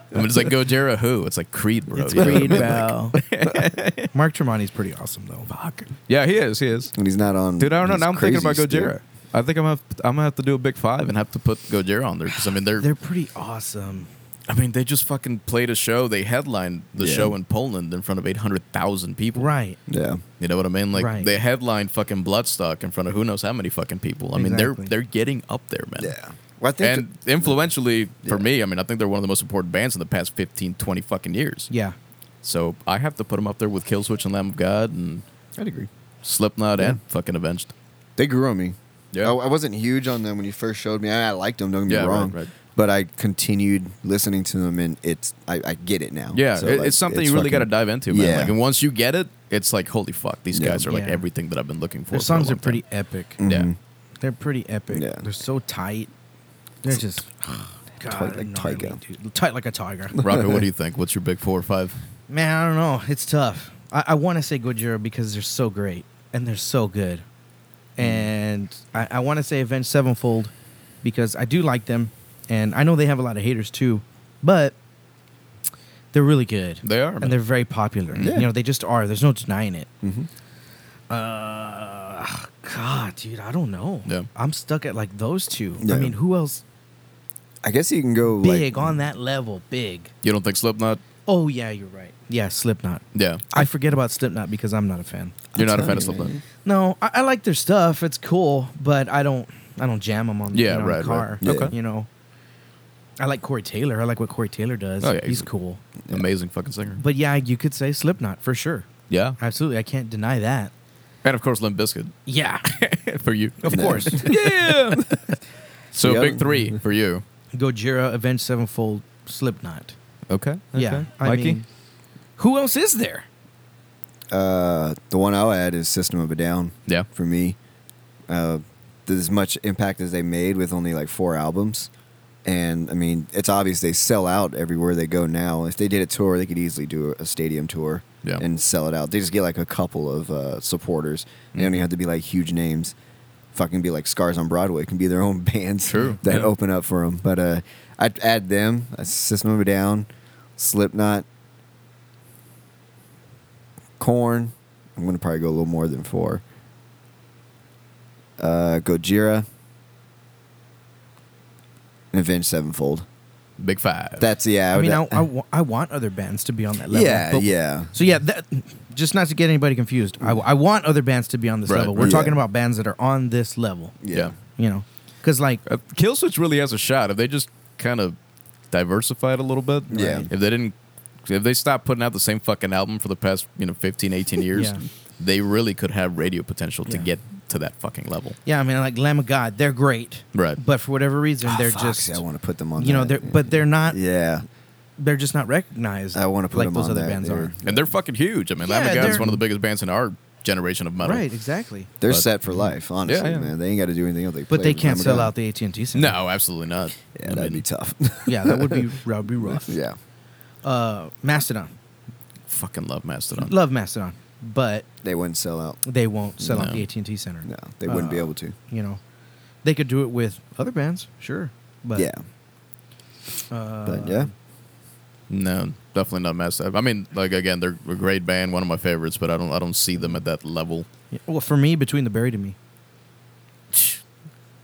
B: [laughs] I mean, it's like Gojira who? It's [laughs] like Creed, bro.
A: It's
B: you know what I
A: Creed,
B: mean?
A: bro.
B: [laughs]
A: Mark Tremonti's pretty awesome though. Fuck.
B: Yeah, he is. He is.
C: And he's not on.
B: Dude, I don't know.
C: his
B: Now I'm thinking
C: crazy
B: about
C: stick.
B: Gojira. I think I'm gonna have, I'm gonna have to do a big five and have to put Gojira on there because I mean they're,
A: They're pretty awesome.
B: I mean they just fucking played a show. They headlined the
C: Yeah.
B: show in Poland in front of eight hundred thousand people.
A: Right.
C: Yeah,
B: You know what I mean? Like
A: Right.
B: they headline fucking Bloodstock in front of who knows how many fucking people. I mean, they're
A: Exactly.
B: they're getting up there, man.
C: yeah. Well, I think
B: And influentially for
C: Yeah.
B: me, I mean, I think they're one of the most important bands in the past 15, 20 fucking years.
A: Yeah.
B: So I have to put them up there with Killswitch and Lamb of God and
C: I'd agree.
B: Slipknot and fucking Avenged.
C: They grew on me.
B: Yeah.
C: I, I wasn't huge on them when you first showed me. I, I liked them. Don't get
B: Yeah,
C: me
B: right,
C: wrong.
B: right.
C: But I continued listening to them, and it's I, I get it now.
B: Yeah,
C: So,
B: it-
C: like,
B: it's something you really got to
C: fucking-
B: dive into, man.
C: Yeah.
B: Like, and once you get it, it's like, holy fuck, these
C: Yeah.
B: guys are like
A: Yeah.
B: everything that I've been looking for.
A: Their
B: for a
A: songs are
B: long
A: pretty
B: time. Mm.
A: epic.
C: Mm.
B: Yeah.
A: They're pretty epic.
C: Yeah.
A: They're so tight. They're just God,
C: Tight like
A: I know what I
C: tiger.
A: mean, dude. Tight like a tiger.
B: [laughs] [laughs] Rocco, what do
C: [laughs]
B: you think? What's your big four or five?
A: Man, I don't know. It's tough. I, I want to say Gojira because they're so great and they're so good.
B: Mm.
A: And I, I want to say Avenged Sevenfold because I do like them. And I know they have a lot of haters too, but they're really good.
B: They are. man.
A: and they're very popular.
B: Yeah. Mm-hmm.
A: You know, they just are. There's no denying it.
C: Mhm.
A: Uh, God, dude, I don't know.
B: Yeah.
A: I'm stuck at like those two.
C: Yeah.
A: I mean, who else
C: I guess you can go
A: big
C: like
A: on that level? Big.
B: you don't think Slipknot?
A: Oh yeah, you're right. Yeah, Slipknot.
B: Yeah.
A: I forget about Slipknot because I'm not a fan.
B: You're not a fan
C: telling
B: of
C: you, man.
B: Slipknot.
A: No, I, I like their stuff. It's cool, but I don't. I don't jam them on.
B: Yeah,
A: you know,
B: right,
A: the
B: right.
A: car.
C: Yeah.
B: Okay.
A: You know. I like Corey Taylor. I like what Corey Taylor does.
B: Oh, yeah,
A: he's
B: he's-
A: cool.
B: Amazing fucking singer.
A: But yeah, you could say Slipknot for sure.
B: Yeah.
A: Absolutely, I can't deny that.
B: And of course, Limp Biscuit
A: Yeah.
B: for you.
A: [laughs] Of [laughs] course.
B: yeah. So
C: The
B: big
C: other-
B: three for you.
A: Gojira, Avenged Sevenfold, Slipknot.
B: Okay.
A: Yeah. I mean, who else is there?
C: Uh, the one I'll add is System of a Down.
B: yeah.
C: for me. Uh, as much impact as they made with only like four albums. And I mean, it's obvious they sell out everywhere they go now. If they did a tour, they could easily do a stadium tour
B: Yeah.
C: and sell it out. They just get like a couple of uh, supporters. They
B: Mm-hmm.
C: don't even have to be like huge names. Fucking be like Scars on Broadway. It can be their own [laughs] bands
B: True,
C: that
B: yeah.
C: open up for them. But uh, I'd add them, uh, System of a Down, Slipknot, Corn. I'm gonna probably go a little more than four. Uh, Gojira, and Avenged Sevenfold.
B: Big five.
C: That's yeah.
A: I mean, I,
C: would-
A: [laughs] I wa- I want other bands to be on that level.
C: yeah,
A: but-
C: yeah.
A: So yeah, that, just not to get anybody confused, I, I want other bands to be on this
B: Right,
A: level.
B: right.
A: We're talking
C: Yeah.
A: about bands that are on this level.
B: yeah.
A: You know, Because like
B: Uh, Kill Switch really has a shot if they just kind of diversified a little bit.
C: Yeah. Right.
B: If they didn't, if they stopped putting out the same fucking album for the past you know 15, 18 years,
A: Yeah.
B: they really could have radio potential to
A: Yeah.
B: get to that fucking level.
A: yeah, I mean like Lamb of God, they're great,
B: Right.
A: but for whatever reason
C: Oh,
A: they're
C: fuck,
A: just
C: see, I want to put them on.
A: you know
C: that.
A: they're but they're not
C: yeah,
A: they're just not recognized.
C: I want to put
A: like
C: them
A: those
C: on
A: other
C: that.
A: bands
C: they're,
A: are.
B: And they're fucking huge. I mean, Lamb
A: Yeah,
B: of God is
A: they're-
B: one of the biggest bands in our generation of metal.
A: Right, exactly.
C: They're
B: But-
C: set for life, honestly,
B: yeah.
C: man. They ain't got to do anything else. They
A: But
C: play
A: they
C: with
A: can't
C: Lamb of
A: sell
C: God.
A: out the AT and T center.
B: No, absolutely not.
C: Yeah,
B: I
C: that'd
B: mean,
C: be tough.
A: [laughs] yeah, that would
C: [laughs]
A: be that would be rough.
C: yeah,
A: Uh, Mastodon,
B: fucking love Mastodon.
A: love Mastodon, but
C: they wouldn't sell out.
A: they won't sell out
B: No.
A: the AT and T center.
C: No, they wouldn't be
A: Uh,
C: able to.
A: You know, they could do it with other bands, sure. But
C: yeah,
A: uh,
C: but yeah,
B: No, definitely not Mastodon. I mean, like again, they're a great band, one of my favorites, but I don't, I don't see them at that level.
A: yeah, Well, for me, between the buried and me,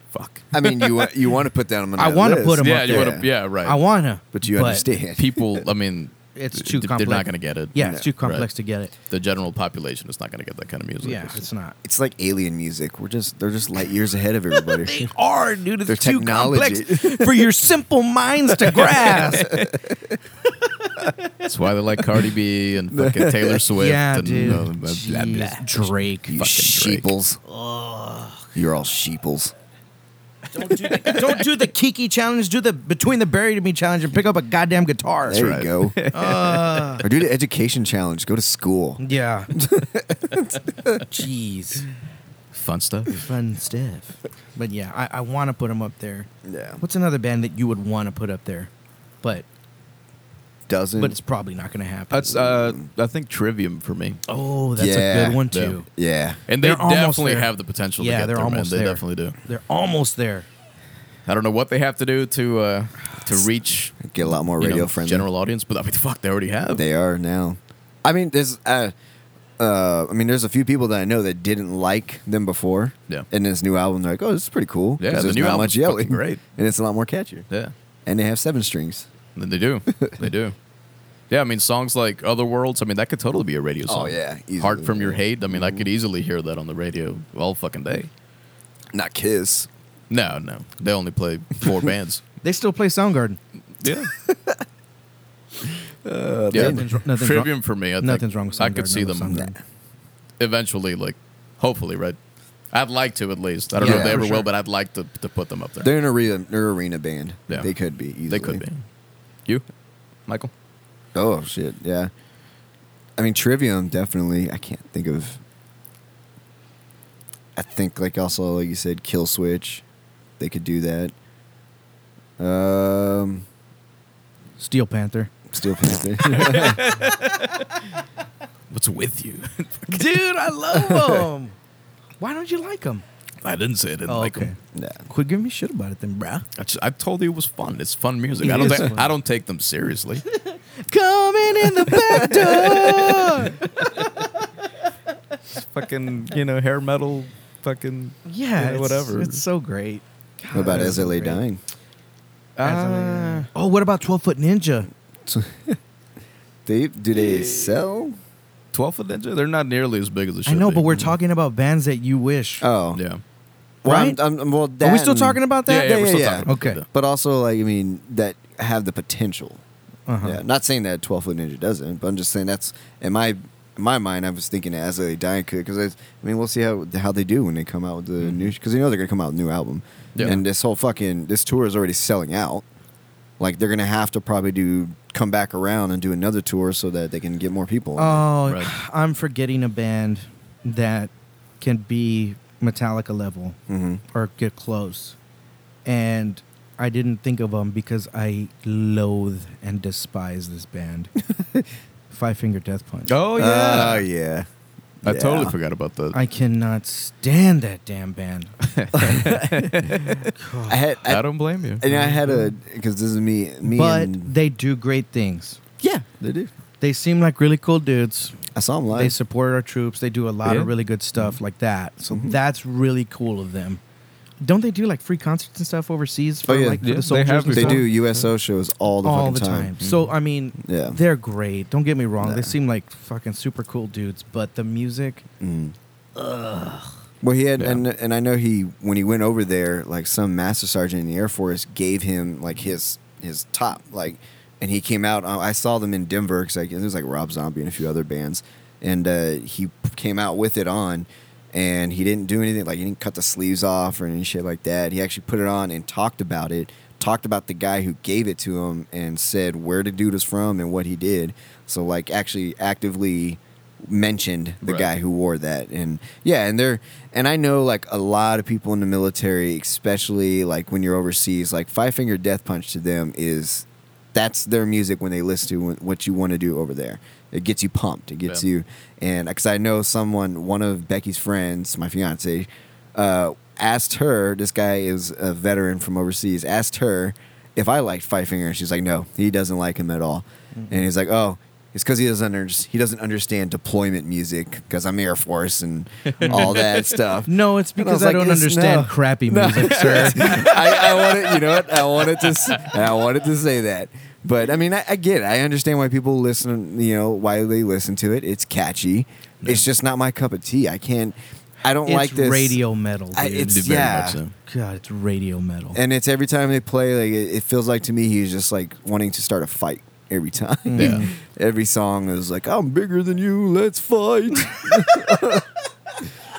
B: Fuck.
C: I mean, you want you want to put them on.
A: I
C: that
A: wanna
C: list.
A: put 'em
B: Yeah,
A: up
B: you
A: there.
B: wanna, yeah, Uh, right.
A: I wanna.
C: but you understand.
B: people. I mean,
A: [laughs] It's
B: th-
A: too
B: th-
A: complex.
B: They're not going to get it.
A: Yeah, it's too
B: Right.
A: complex to get it.
B: The general population is not going to get that kind of music.
A: Yeah,
B: It's-
A: it's
B: [laughs]
A: not.
C: It's like alien music. We're just they're just light years ahead
B: [laughs]
C: of everybody.
A: They are, dude. It's
C: Their
A: too
C: technology.
A: complex for your simple minds
B: [laughs]
A: to grasp.
B: that's why they like Cardi B [laughs] and fucking Taylor Swift.
A: yeah,
B: and,
A: dude.
B: uh, blah, blah, blah.
A: Jeez, Drake.
C: you
B: Fucking Drake.
C: sheeples. You're all sheeples.
A: Don't do, the, don't do the Kiki challenge. Do the between the buried and me challenge and pick up a goddamn guitar.
C: there
B: right.
C: you go. or do the education challenge. Go to school.
A: Yeah.
B: [laughs]
A: Jeez.
B: Fun stuff.
A: Fun stuff. But yeah, I, I want to put them up there.
C: Yeah.
A: What's another band that you would want to put up there, but
C: Doesn't.
A: but it's probably not going to happen.
B: That's uh, I think Trivium for me.
A: oh, that's a
C: Yeah.
A: good one
B: Yeah.
A: too.
C: yeah.
B: And they
A: They're almost
B: definitely
A: there.
B: have the potential.
A: Yeah,
B: to get
A: they're
B: there, man.
A: almost
B: They
A: there.
B: definitely do.
A: They're almost there.
B: I don't know what they have to do to uh, to reach
C: Get a lot more
B: you
C: radio
B: know,
C: friendly.
B: general audience, but I mean, [laughs] fuck, they already have.
C: They are now. I mean, there's, uh, uh, I mean, there's a few people that I know that didn't like them before.
B: Yeah.
C: And this new album, they're like, oh, this is pretty cool. 'cause
B: Yeah, the
C: there's
B: new
C: not
B: album's
C: much yelling,
B: fucking great.
C: and it's a lot more catchy.
B: yeah.
C: And they have seven strings.
B: Then they do. they do. Yeah, I mean songs like Other Worlds, I mean that could totally be a radio
C: Oh,
B: song.
C: yeah,
B: Heart
C: easily.
B: from Your Hate. I mean I could easily hear that on the radio all fucking day.
C: Not Kiss.
B: No, no. They only play four bands.
A: They still play Soundgarden.
B: [laughs] Yeah. yeah.
A: Nothing's, nothing's
B: Trivium
A: wrong.
B: for me, I think.
A: Nothing's wrong with Soundgarden.
B: I could see
A: I love
B: them
A: Soundgarden.
B: eventually, like hopefully, right? I'd like to at least. I don't know
C: Yeah,
B: if they
C: for
B: ever
A: sure.
B: will, but I'd like to, to put them up there.
C: They're an arena, they're arena band.
B: Yeah.
C: They could be. Easily.
B: They could be. You? Michael?
C: Oh, shit. Yeah. I mean, Trivium, definitely. I can't think of. I think, like, also, like you said, Kill Switch. They could do that. Um,
A: Steel
B: [laughs]
A: Panther.
C: Steel Panther. [laughs]
B: What's with you?
A: Dude, I love them. Why don't you like them?
B: [laughs] I didn't say I didn't
A: Oh,
B: like
A: okay.
B: 'em.
C: nah.
A: Quit giving me shit about it then, bruh.
B: I, just, I told you it was fun. It's fun music.
A: It
B: I don't.
A: is
B: ta-
A: fun.
B: I don't take them seriously.
A: Coming in [laughs] the back door.
B: fucking you know hair metal. Fucking
A: yeah,
B: You know,
A: it's-
B: whatever.
A: It's so great.
C: What about
A: God,
C: As I Lay
A: great.
C: Dying?
A: Uh, oh, what about Twelve Foot Ninja?
C: They do they sell?
B: Twelve Foot Ninja. They're not nearly as big as the.
A: I know, but we're talking about bands that you wish.
C: Oh,
B: Yeah.
C: Well, I'm-
A: right?
C: I'm- I'm- well,
A: Are we
C: that
A: still
C: and-
A: talking about that?
B: yeah, yeah,
C: yeah,
B: we're still
C: yeah.
B: talking about
A: Okay.
B: that.
C: But also, like I mean, that have the potential.
A: Uh-huh.
C: Yeah, not saying that Twelve Foot Ninja doesn't, but I'm just saying that's in my in my mind. I was thinking As I Lay Dying could because I, I mean, we'll see how how they do when they come out with the
A: Mm-hmm.
C: new because you know they're gonna come out with a new album,
B: Yeah.
C: and this whole fucking this tour is already selling out. Like they're gonna have to probably do come back around and do another tour so that they can get more people. on
A: Oh,
B: Right.
A: I'm forgetting a band that can be Metallica level
C: Mhm.
A: or get close, and I didn't think of them because I loathe and despise this band. Five Finger Death Punch.
B: Oh yeah.
C: Oh yeah.
B: I
C: Yeah.
B: totally forgot about that.
A: I cannot stand that damn band.
C: I had I,
B: I don't blame you.
C: and I had a because this is me me
A: but
C: and
A: they do great things.
C: yeah they do.
A: They seem like really cool dudes.
C: I saw them
A: They
C: live.
A: support our troops. They do a lot
B: Yeah.
A: of really good
C: Mm-hmm.
A: stuff like that. So
C: Mhm.
A: that's really cool of them. Don't they do like free concerts and stuff overseas for
C: Oh, yeah.
A: like for
B: Yeah,
A: the
B: they
A: soldiers?
B: have
A: and
C: They
A: stuff?
C: do USO shows all the
A: all
C: fucking
A: the time.
C: time.
A: So I mean,
C: Yeah.
A: they're great. Don't get me wrong.
C: Nah.
A: They seem like fucking super cool dudes, but the music,
C: Mm. Well, he had,
B: Yeah.
C: and and I know he when he went over there, like some master sergeant in the Air Force gave him like his his top, like, and he came out. I I saw them in Denver because like, there was like Rob Zombie and a few other bands, and uh, he came out with it on, and he didn't do anything like he didn't cut the sleeves off or any shit like that. He actually put it on and talked about it, talked about the guy who gave it to him, and said where the dude was from and what he did. So like actually actively mentioned the
B: Right.
C: guy who wore that and yeah and they're and i know like a lot of people in the military especially like when you're overseas like five finger death punch to them is that's their music when they listen to wh- what you want to do over there it gets you pumped it gets
B: Yeah.
C: you and because i know someone one of becky's friends my fiance uh, asked her this guy is a veteran from overseas asked her if i liked five finger and she's like no he doesn't like him at all and he's like oh it's because he doesn't under, he doesn't understand deployment music because I'm Air Force and all that stuff.
A: No, it's
C: And I was
A: because I,
C: like,
A: don't
C: it's
A: understand
C: no.
A: crappy music, sir.
C: [laughs] I, I wanted, you know what? I wanted to, s- I wanted to say that. But I mean, I, I get it. I understand why people listen. You know, why they listen to it. It's catchy. It's just not my cup of tea. I can't. I don't
A: It's
C: like this
A: radio metal. Dude.
C: I- it's-
B: very
C: yeah.
B: much so.
A: God, it's radio metal.
C: And it's every time they play, like it, it feels like to me, he's just like wanting to start a fight every time.
B: Yeah.
C: [laughs] every song is like, "I'm bigger than you. Let's fight."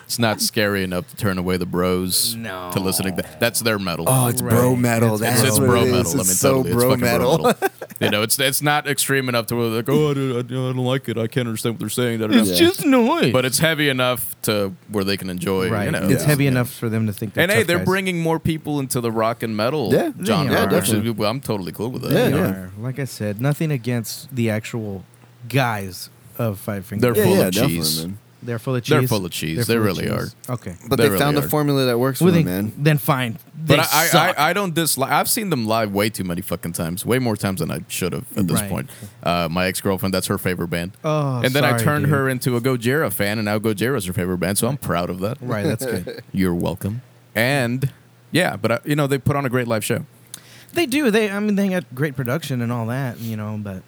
B: It's not scary enough to turn away the bros
A: No.
B: to listen to that. That's their metal.
C: [laughs] Oh, it's
A: Right.
C: bro metal.
B: it's,
C: That's
B: it's
C: what
B: bro
C: it is.
B: metal.
C: It's
B: I mean,
C: so
B: totally,
C: bro
B: it's fucking
C: metal.
B: bro metal. you know, it's it's not extreme enough to where like, oh, I don't, I don't like it. I can't understand what they're saying. da, da, da.
C: Yeah.
A: just noise.
B: But it's heavy enough to where they can enjoy.
A: right.
B: You know,
A: it's
C: yeah.
A: heavy enough for them to think. They're
B: And hey,
A: tough
B: they're
A: guys.
B: bringing more people into the rock and metal
C: Yeah.
B: genre.
A: Yeah,
B: which is-
C: definitely.
B: well, I'm totally cool with that.
C: Yeah,
A: They
B: you know?
C: yeah.
A: are. Like I said, nothing against the actual guys of Five Finger. Death.
B: They're full
C: [laughs] yeah,
B: of
C: definitely,
B: cheese.
C: man.
A: They're full of cheese.
B: They're full of cheese. They
A: full of
B: really
A: cheese. Okay.
C: But
B: They
C: they,
B: really
C: found
B: are.
C: the formula that works
A: Well,
C: for
A: then,
C: them, man.
A: then fine. They
B: But I, I,
A: suck.
B: I, I don't dislike. I've seen them live way too many fucking times, way more times than I should have at this
A: Right.
B: point. Uh, my ex girlfriend, that's her favorite band.
A: Oh,
B: and then I
A: sorry,
B: turned
A: dude.
B: her into a Gojira fan, and now Gojira's her favorite band, so I'm proud of that.
A: [laughs] right, that's good.
B: [laughs] You're welcome. And yeah, but uh, you know they put on a great live show.
A: They do. They. I mean, they got great production and all that. You know, but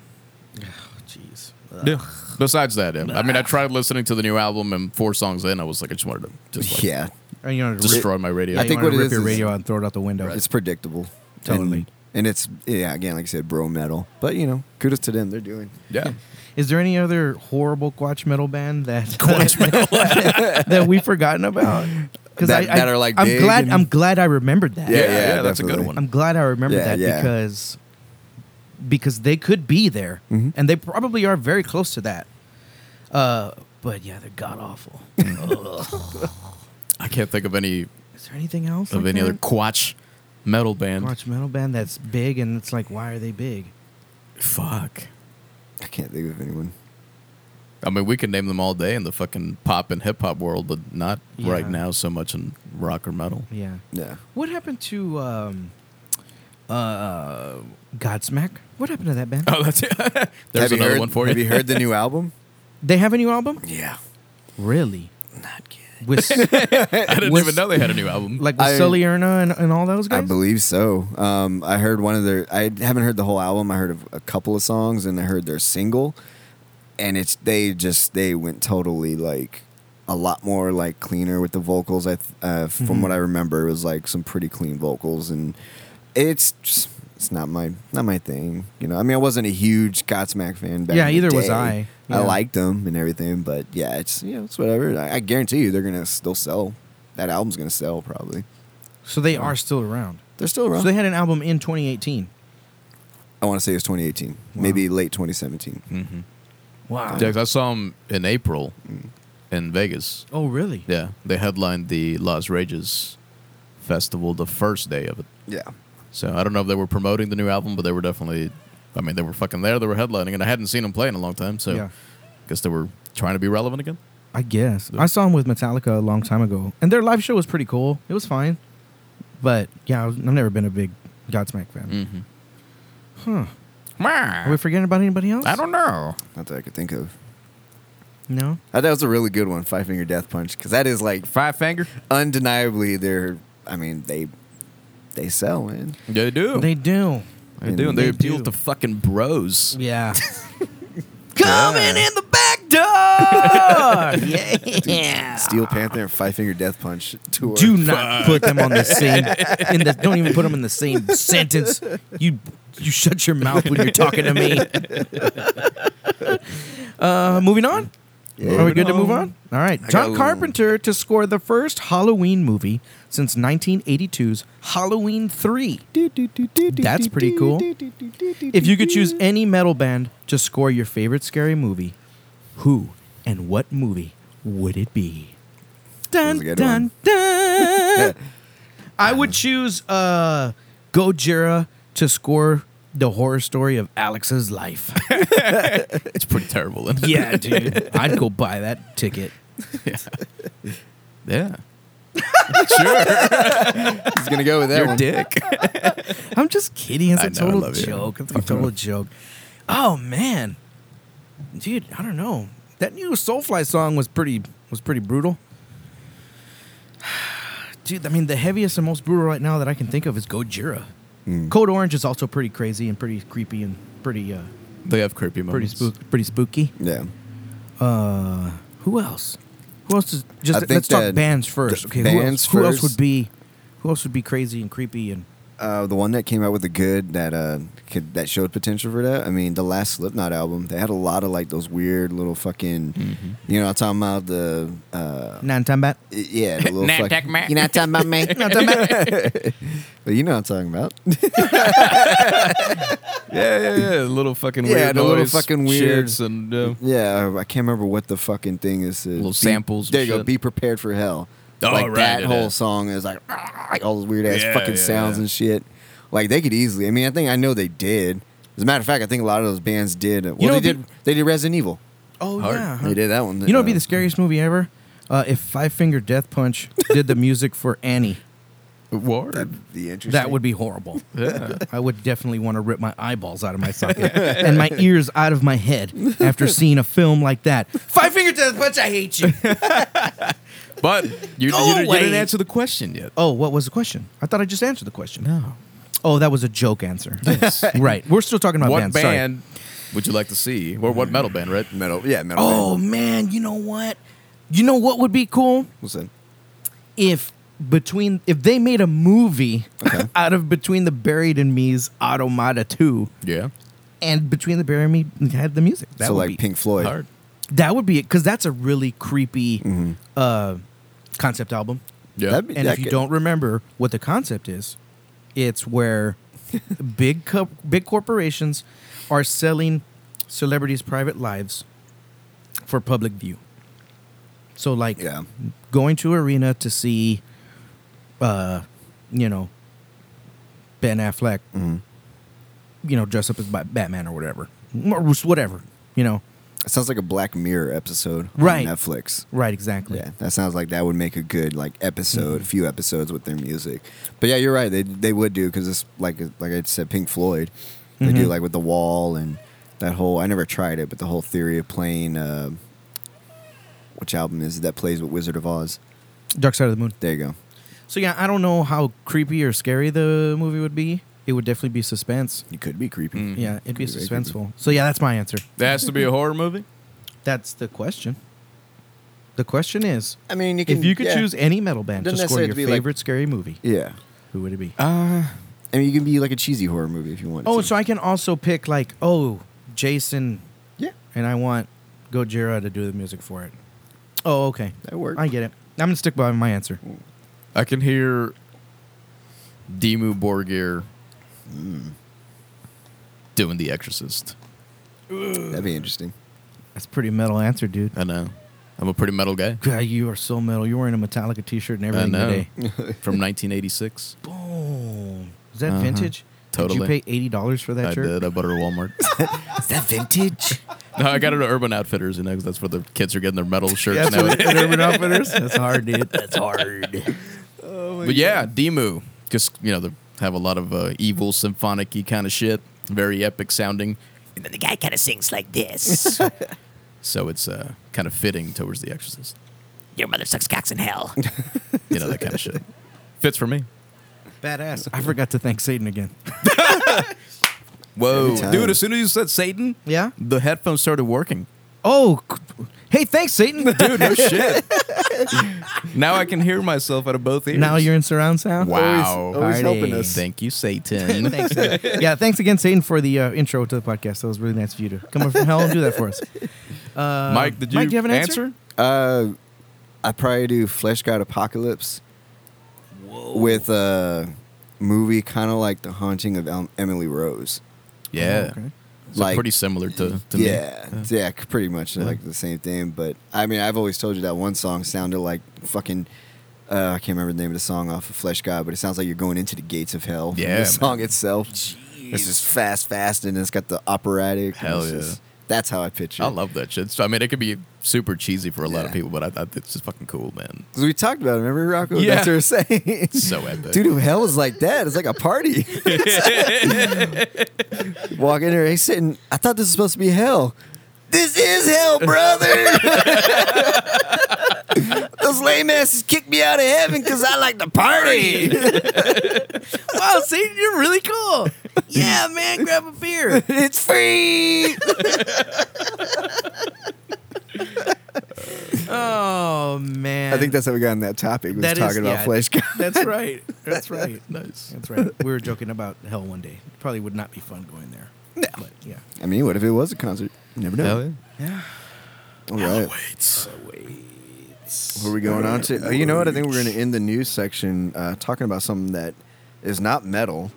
A: oh, jeez. Ugh.
B: Besides that, yeah. I mean, I tried listening to the new album, and four songs in, I was like, I just wanted to just like,
C: yeah,
A: And you know, rip,
B: destroy my radio.
A: yeah,
C: I
A: you
C: think
A: wanna
C: what it
A: rip
C: is
A: your
C: is-
A: radio out and throw it out the window.
C: it's predictable.
A: Totally.
C: And, and it's yeah, again, like I said, bro metal. But you know, kudos to them. They're doing.
A: [laughs]
B: yeah.
A: Is there any other horrible Quatch metal band
B: [laughs]
A: that [laughs] that we've forgotten about?
C: That- that are, like,
A: I'm
C: big
A: glad
C: and-
A: I'm glad I remembered that.
C: Yeah,
B: Yeah,
C: yeah,
B: yeah, that's a good
C: definitely.
B: one.
A: I'm glad I remembered
C: Yeah,
A: that
C: yeah.
A: because because they could be there,
C: Mhm.
A: and they probably are very close to that. Uh, but yeah, they're god awful.
C: Mm.
A: Ugh.
B: I can't think of any
A: Is there anything else?
B: of
A: like
B: any other
A: that?
B: quatch metal band.
A: Quatch metal band that's big, and it's like, why are they big?
B: Fuck.
C: I can't think of anyone.
B: I mean, we could name them all day in the fucking pop and hip hop world, but not
A: Yeah.
B: right now so much in rock or metal.
A: Yeah.
C: Yeah.
A: What happened to um, uh, Godsmack? What happened to that band?
B: [laughs] Oh, that's it. [laughs] There's
C: have you
B: another
C: heard,
B: one for
C: Have you
B: you. [laughs]
C: heard the new album?
A: They have a new album?
C: Yeah.
A: Really?
C: Not good.
B: [laughs]
A: With
B: I didn't
A: Was-
B: even know they had a new album.
A: [laughs] like with
C: I-
A: Sully Erna and, and all those guys?
C: I believe so. Um, I heard one of their. I haven't heard the whole album. I heard of a couple of songs, and I heard their single. And it's they just they went totally like a lot more like cleaner with the vocals. I th- uh, from
A: Mm-hmm.
C: what I remember, it was like some pretty clean vocals, and it's just it's not my not my thing. You know, I mean, I wasn't a huge Godsmack fan. Back
A: Yeah,
C: in the
A: either was
C: day.
A: I. Yeah.
C: I liked them and everything, but yeah, it's you know it's whatever. I, I guarantee you, they're gonna still sell. That album's gonna sell probably.
A: So they are still around.
C: They're still around.
A: So they had an album in 2018.
C: I want to say it was 2018,
A: Wow.
C: maybe late 2017.
B: Mhm.
A: Wow.
B: Yeah, 'cause I saw them in April
A: Mm.
B: in Vegas.
A: Oh, really?
B: Yeah, they headlined the Las Rages festival the first day of it.
C: Yeah,
B: So I don't know if they were promoting the new album, but they were definitely. I mean, they were fucking there. They were headlining, and I hadn't seen them play in a long time. So
A: Yeah.
B: I guess they were trying to be relevant again.
A: I guess. I saw them with Metallica a long time ago, and their live show was pretty cool. It was fine. But yeah, I was- I've never been a big Godsmack fan.
B: Mm-hmm.
A: Huh. Are we forgetting about anybody else?
B: I don't know.
C: not that I could think of.
A: No?
C: Uh, That was a really good one, Five Finger Death Punch, because that is like
B: Five Finger?
C: undeniably their. I mean, they they sell, man.
B: They do.
A: They do.
B: They do, and they,
A: They
B: appeal
A: do.
B: [laughs] to fucking bros.
A: Yeah. Coming in the back door.
B: [laughs]
A: yeah.
C: Steel Panther and Five Finger Death Punch tour.
A: Do not put them on the same. [laughs] In the don't even put them in the same sentence. You you shut your mouth when you're talking to me. [laughs] Uh, moving on. Are we good to move on? All right. John
C: got-
A: Carpenter to score the first Halloween movie since 1982's Halloween 3. That's pretty cool. If you could choose any metal band to score your favorite scary movie, who and what movie would it be? Dun
C: was a good
A: dun
C: one. [laughs]
A: dun. I would choose uh, Gojira to score the horror story of Alex's
C: [laughs]
A: life.
B: It's pretty terrible. Isn't it?
A: yeah, dude. I'd go buy that ticket.
B: Yeah. sure.
C: He's gonna go with that
B: Your
C: one.
B: dick.
A: I'm just kidding. It's a
B: I know, I
A: total
B: love you.
A: joke. It's
C: [laughs]
A: a total joke. Oh man, dude, I don't know. That new Soulfly song was pretty was pretty brutal. [sighs] Dude, I mean, the heaviest and most brutal right now that I can think of is Gojira.
C: Hmm.
A: Code Orange is also pretty crazy and pretty creepy and pretty uh,
B: They have creepy
A: pretty
B: moments.
A: spook pretty spooky.
C: Yeah.
A: Uh, who else? Who else is
C: I
A: just
C: think
A: let's talk
C: that
A: bands first.
C: the
A: Okay,
C: bands
A: who, else, who else
C: first.
A: would be who else would be crazy and creepy and
C: Uh, the one that came out with the good that uh could, that showed potential for that. I mean, the last Slipknot album, they had a lot of like those weird little fucking,
B: Mm-hmm.
C: you know, I'm talking about the uh,
A: non-combat?
C: yeah, the little
B: Nah,
C: fucking,
B: talk about-
C: you're not talking about me, [laughs] but you know what I'm talking about.
B: Yeah, yeah, yeah. The little fucking
C: Yeah,
B: weird.
C: the little
B: noise
C: fucking weird-
B: shits and uh,
C: Yeah, I can't remember what the fucking thing is. uh,
B: Little
C: be-
B: samples and
C: There you go.
B: shit.
C: Be prepared for hell.
B: Oh,
C: like
B: right,
C: that
B: yeah,
C: whole
B: yeah.
C: song is like, "Ah," like all those weird ass
B: Yeah,
C: fucking
B: yeah,
C: sounds
B: yeah.
C: and shit. Like they could easily. I mean, I think I know they did. As a matter of fact, I think a lot of those bands did. Well,
A: know
C: they
A: what
C: did.
A: be-
C: they did Resident Evil.
A: Oh
B: Hard.
A: yeah, huh?
C: They did that one.
A: You know, it'd be
C: uh,
A: the scariest movie ever uh, if Five Finger Death Punch did the music for
B: [laughs]
A: Annie.
B: war.
C: the interesting.
A: That would be horrible. I would definitely want to rip my eyeballs out of
B: [laughs]
A: my socket and my ears out of my head after seeing a film like that. Five Finger Death Punch, I hate
B: [laughs]
A: you.
B: But you,
A: Go
B: you, didn't- you
A: away.
B: didn't answer the question yet.
A: Oh, what was the question? I thought I just answered the question.
B: No.
A: Oh, that was a joke
B: [laughs]
A: answer. right. We're still talking about
B: What
A: bands. sorry.
B: band would you like to see? Or what metal band, right?
C: metal. Yeah, metal.
A: Oh,
C: band.
A: man. You know what? You know what would be cool?
C: What's that?
A: if between if they made a movie [laughs] out of between the buried and me's automata 2
B: Yeah.
A: and between the buried and me had the music that
C: so
A: would
C: like
A: be
C: Pink Floyd.
B: Hard.
A: that would be it because that's a really creepy
C: Mm-hmm.
A: uh concept album
B: Yeah.
C: That'd be-
A: and
C: That
A: if you
C: could-
A: don't remember what the concept is it's
C: [laughs]
A: where big co- big corporations are selling celebrities private lives for public view so like
C: Yeah.
A: going to arena to see uh you know ben affleck
C: Mm-hmm.
A: you know dress up as Ba- batman or whatever Or just whatever you know
C: It sounds like a Black Mirror episode
A: Right.
C: on Netflix.
A: right exactly
C: Yeah, that sounds like that would make a good like episode,
A: Mm-hmm.
C: few episodes with their music. But yeah, you're right. They they would do because it's like like I said, Pink Floyd. They do
A: Mm-hmm.
C: like with the wall and that whole. I never tried it, but the whole theory of playing. Uh, which album is it that plays with Wizard of Oz?
A: dark side of the moon
C: There you go.
A: so yeah i don't know how creepy or scary the movie would be it would definitely be suspense
C: You could be creepy.
B: Mm.
A: yeah it'd be
C: Mm-hmm. Could be very
A: suspenseful so yeah that's my answer
B: That has to be a horror movie?
A: that's the question the question is
C: I mean, you
A: if you could choose any metal band to
C: Doesn't
A: score
C: necessarily
A: your
C: have to be, like- Ah,
A: favorite scary movie
C: yeah.
A: who would it be
B: Uh,
C: I mean, you can be like a cheesy horror movie if you want.
A: Oh,
C: to.
A: so I can also pick like, oh, Jason,
C: yeah,
A: and I want Gojira to do the music for it. Oh, okay,
C: that worked.
A: I get it. I'm gonna stick by my answer.
B: I can hear Demu Borgir doing The Exorcist.
C: That'd be interesting.
A: That's a pretty metal answer, dude.
B: I know. I'm a pretty metal guy.
A: God, you are so metal. You're wearing a Metallica T-shirt and [laughs]
B: I
A: everything
B: know.
A: today.
B: [laughs] From 1986.
A: Boom. Is that
B: Uh-huh.
A: vintage?
B: Totally.
A: Did you pay eighty dollars for [laughs] that
B: I
A: shirt?
B: did. I bought it at
A: [laughs]
B: Walmart. [laughs]
C: Is that [laughs] vintage?
B: no, I got it at Urban Outfitters, you know, 'cause that's where the kids are getting
A: [laughs]
B: their metal shirts
A: Yeah,
B: now.
A: that's, what- Urban Outfitters? That's hard, dude. That's hard.
B: But yeah, Demu, just you know, they have a lot of uh, evil symphonic kind of shit, very epic sounding. And then the guy kind of sings like this, so it's uh, kind of fitting towards The Exorcist.
D: Your mother sucks cocks in hell.
B: You know that kind
A: [laughs]
B: of shit fits for me.
A: Badass. I forgot to thank Satan again.
B: Whoa,
C: Every time.
B: dude! As soon as you said Satan,
A: Yeah.
B: the headphones started working.
A: Oh, c- hey, thanks, Satan.
B: Dude,
A: [laughs]
B: no shit. now I can hear myself out of both ears.
A: now you're in surround sound.
B: wow.
C: Always- always
A: Party.
C: helping us.
B: Thank
A: [laughs]
B: you, Satan.
A: Thanks. Satan. yeah, thanks again, Satan, for the uh, intro to the podcast. That was really nice of you to come over from hell and do that for us. Uh,
B: Mike, did you,
A: Mike, do you have an answer?
C: Uh, I probably do Flesh God Apocalypse with a movie kind of like The Haunting of Em- Emily Rose.
B: Yeah.
A: Oh, Okay.
B: So
C: Like-
B: pretty similar to, to
C: yeah, yeah, c- pretty much like the same thing. But I mean, I've always told you that one song sounded like fucking. Uh, I can't remember the name of the song off of Flesh God, but it sounds like you're going into the gates of hell. from
B: Yeah,
C: the
B: man.
C: song itself. It's just fast, fast, and it's got the operatic. and
B: Hell
C: it's
B: yeah.
C: just- that's how I picture.
B: me. I
C: it.
B: love that shit. So, I mean, it could be super cheesy for a lot of
C: Yeah.
B: people, but I thought it's just fucking cool, man.
C: 'Cause we talked about it. Remember Rocco?
B: Yeah.
C: That's what we're saying.
B: [laughs]
C: [laughs]
B: So epic.
C: Dude, if hell is like that, it's like a [laughs] party. Walk in there, hey Satan. I thought this was supposed to be hell. This is hell, brother. [laughs] Those lame asses kicked me out of heaven because I like to party.
A: Wow, Satan, you're really cool. yeah, man, grab a beer.
C: it's free.
A: Oh man,
C: I think that's how we got on that topic. Was
A: That is-
C: talking about
A: yeah.
C: flesh.
A: that's right. That's right.
B: Nice.
A: That's right. We were joking about hell one day. Probably would not be fun going there. No. But yeah.
C: [laughs] I mean, what if it was a concert? You never know.
A: Yeah.
C: All right.
B: Wait.
C: What are we going on to? Uh, You know what? I think we're going to end the news section uh, talking about something that is not metal,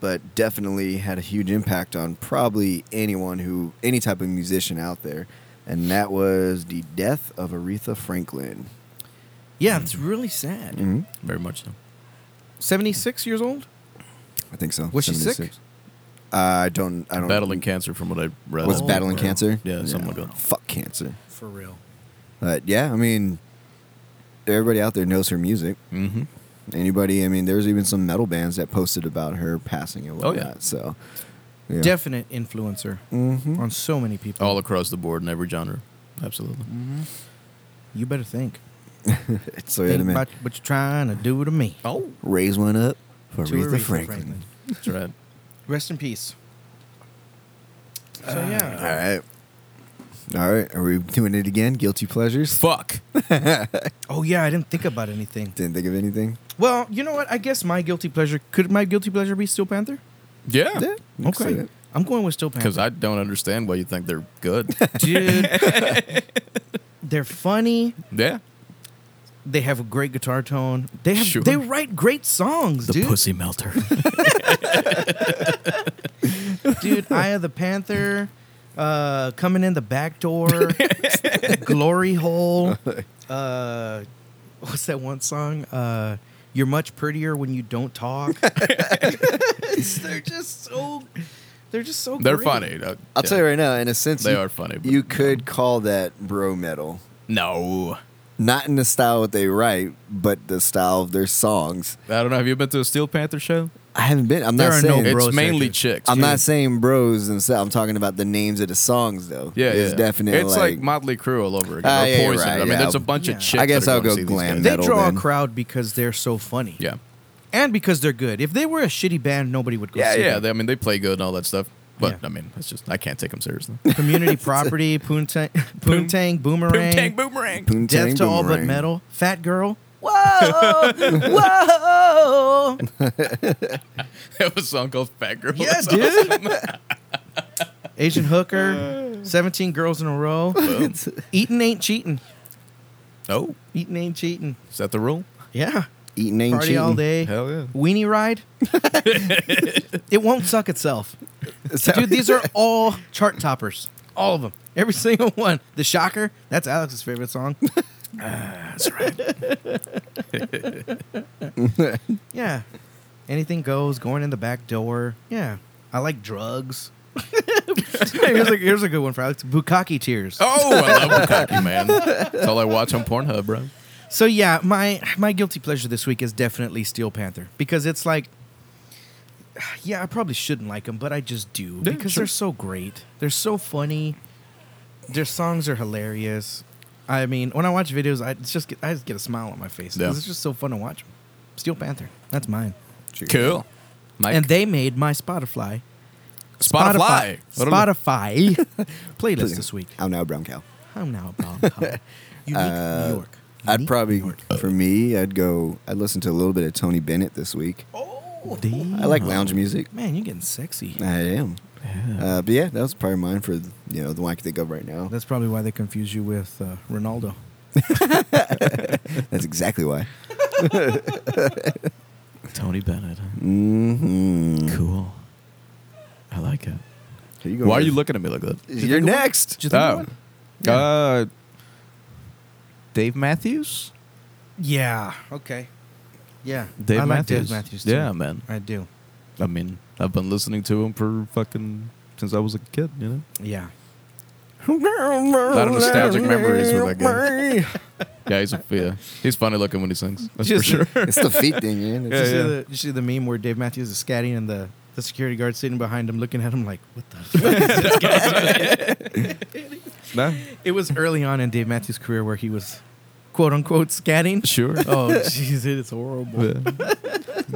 C: but definitely had a huge impact on probably anyone who, any type of musician out there. And that was the death of Aretha Franklin.
A: Yeah, it's really sad.
C: Mm-hmm.
B: Very much so.
A: 76 years old?
C: I think so.
A: Was she sick?
C: 76. Uh, I don't. I don't.
B: Battling cancer, from what I read.
C: Was
A: Oh,
C: battling
A: wow.
C: cancer?
B: Yeah, something like that.
C: Fuck cancer.
A: For real.
C: But yeah, I mean, everybody out there knows her music.
B: Mm-hmm.
C: Anybody? I mean, there's even some metal bands that posted about her passing and
B: Oh,
C: whatnot.
B: yeah.
C: So. Yeah.
A: Definite influencer
C: Mhm.
A: on so many people.
B: All across the board in every genre. Absolutely.
A: you better think.
C: [laughs] So yeah,
A: Think
C: man.
A: about what you're trying to do to me.
B: Oh.
C: Raise one up for
A: To
C: Aretha,
A: Aretha
C: Franklin.
B: That's right.
A: Rest in peace. So yeah.
C: All right. All right. Are we doing it again? Guilty pleasures?
B: Fuck.
A: Oh yeah, I didn't think about anything.
C: Didn't think of anything.
A: Well, you know what? I guess my guilty pleasure could my guilty pleasure be Steel Panther?
B: Yeah.
C: Yeah, you can say
A: Okay.
C: it.
A: I'm going with Steel Panther.
B: Because I don't understand why you think they're
C: [laughs]
B: good.
A: Dude. They're funny.
B: yeah.
A: They have a great guitar tone. They have
B: Sure.
A: they write great songs, dude.
B: melter.
A: [laughs] dude. Eye of the Panther, uh, coming in the back door,
B: [laughs]
A: glory hole. Uh, what's that one song? Uh, You're much prettier when you don't
B: [laughs]
A: talk. [laughs] It's- they're just so. They're just so.
B: [laughs] they're
A: great.
B: funny. Uh,
C: I'll
B: yeah.
C: tell you right now, in a sense,
B: They
C: you,
B: are funny, but-
C: You could call that bro metal.
B: No.
C: Not in the style that they write, but the style of their songs.
B: I don't know. Have you been to a Steel Panther show?
C: I haven't been. I'm
A: There
C: not
A: are no
C: saying.
A: bro-
B: it's mainly
A: searchers.
B: chicks.
C: I'm
B: dude.
C: not saying bros and stuff. I'm talking about the names of the songs, though.
B: Yeah,
C: it's
B: yeah.
C: definitely
B: It's like, Motley Crue all over again.
C: Ah,
B: or
C: yeah, you're
B: Poison.
C: right,
B: I mean,
C: yeah.
B: there's a bunch
A: Yeah.
B: of chicks.
C: I guess
B: that are
C: I'll
B: gonna
C: go
B: see these
C: glam.
B: guys.
A: They
C: metal,
A: draw a
C: then.
A: crowd because they're so funny.
B: Yeah.
A: and because they're good. If they were a shitty band, nobody would go.
B: Yeah,
A: see
B: yeah.
A: them.
B: They, I mean, they play good and all that stuff. But
A: Yeah.
B: I mean, it's just I can't take them
C: [laughs]
B: seriously. [laughs]
A: Community property, poontang, poontang, boomerang,
B: Boom [laughs] boomerang.
C: Poontang
A: death to all but
C: Boomerang.
A: metal, fat girl. Whoa, [laughs] whoa.
B: They have a song called Fat Girl.
A: Yeah,
B: That's
A: dude. Asian
C: [laughs]
A: hooker, 17 girls in a row.
B: Boom.
A: Eating ain't cheating.
B: Oh,
A: Eating ain't cheating.
B: is that the
C: [laughs]
B: rule?
A: Yeah.
C: Eating ain't
A: Party all
C: cheating.
A: day.
B: Hell Oh, yeah.
A: Weenie
C: [laughs]
A: ride. it won't suck itself.
C: Is that-
A: Dude, these
B: [laughs]
A: are all chart toppers. All of them. Every single one. The Shocker. That's Alex's favorite song.
B: [laughs] That's right.
A: [laughs] Yeah. Anything goes, going in the back door. Yeah. I like drugs. [laughs] here's, a, here's a good one for Alex. Bukaki tears.
B: Oh, I love Bukaki, man. That's all I watch on Pornhub, bro.
A: So yeah, my my guilty pleasure this week is definitely Steel Panther because it's like, yeah, I probably shouldn't like them, but I just do
B: Yeah,
A: because
B: sure.
A: they're so great. They're so funny. Their songs are hilarious. I mean, when I watch videos, I it's just get, I just get a smile on my face 'cause
B: Yeah.
A: it's just so fun to watch 'em. Steel Panther, that's mine.
B: Cool. Mike.
A: And they made my Spotify
B: Spotify. I don't know.
A: Spotify playlist this week.
C: I'm now a brown cow.
A: How now, Bob? How? Unique New York. Uh,
C: I'd
A: Unique
C: probably,
A: New York.
C: for me, I'd go. I'd listen to a little bit of Tony Bennett this week. I like
A: Oh.
C: lounge music.
A: Man, you're getting sexy.
C: I am. Uh, but yeah, that was probably mine for you know the one I can think of right now.
A: That's probably why they confuse you with uh, Ronaldo.
C: That's
A: [laughs]
C: exactly why.
E: Tony Bennett.
C: Mm-hmm.
E: Cool. I like it.
C: Here you go,
B: Why are
C: man.
B: you looking at me like that?
C: You're next.
B: [laughs]
A: Did you think of
B: Oh.
A: one?
B: Uh,
E: Dave Matthews.
A: Yeah. Okay. Yeah.
E: Dave
A: I like
E: Matthews.
A: Dave Matthews too.
B: yeah, man.
A: I do.
B: I mean, I've been listening to him for fucking since I was a kid. You know,
A: Yeah.
B: a lot of nostalgic memories with that guy. [laughs] Yeah, he's a, yeah, he's funny looking when he sings. That's
A: Just-
B: for sure.
C: It's the feet thing, man. It's
A: Did
C: just-
A: you,
B: yeah.
A: see The, did you see the meme where Dave Matthews is scatting and the, the security guard sitting behind him looking at him like, what the fuck?
B: [laughs] nah,
A: it was early on in Dave Matthews' career where he was quote unquote
B: [laughs]
A: scatting.
B: [laughs] sure.
A: oh, jeez, it is horrible.
B: Yeah.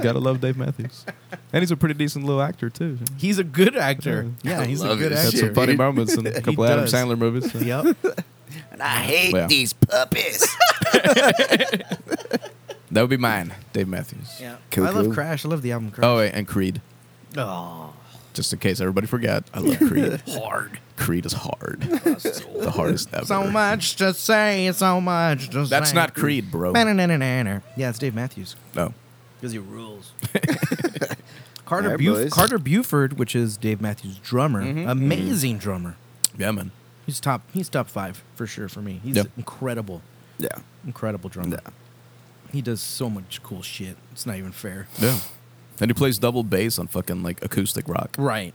B: Gotta love Dave Matthews, and he's a pretty decent little actor too.
A: He's a good actor. Yeah, he's a
C: love
A: good
C: his
B: Had
A: actor.
B: some
C: Sure.
B: funny moments [laughs] in a couple Adam
A: does.
B: Sandler [laughs] movies. so-
A: Yep.
D: And I hate
B: Yeah.
D: these puppies.
B: That would be mine, Dave Matthews.
A: yeah.
C: Cool,
A: I love
C: cool.
A: Crash. I love the album Crash.
B: Oh, wait, and Creed.
A: Oh.
B: Just in case everybody forgot, I love Creed. [laughs] hard. Creed is [laughs] hard. the hardest ever.
A: So much to say, so much to say.
B: That's not Creed, bro.
A: Ba-na-na-na-na-na. Yeah, it's Dave Matthews.
B: No.
A: Because he
B: [laughs]
A: rules. Carter,
C: Alright,
A: Buf-
C: boys.
A: Carter Buford, which is Dave Matthews' drummer, amazing drummer.
B: Yeah, man.
A: He's top. He's top five for sure for me. He's
B: Yep.
A: incredible,
C: yeah.
A: incredible drummer.
C: Yeah.
A: He does so much cool shit. It's not even fair.
B: Yeah. And he plays double bass on fucking like acoustic rock.
A: Right?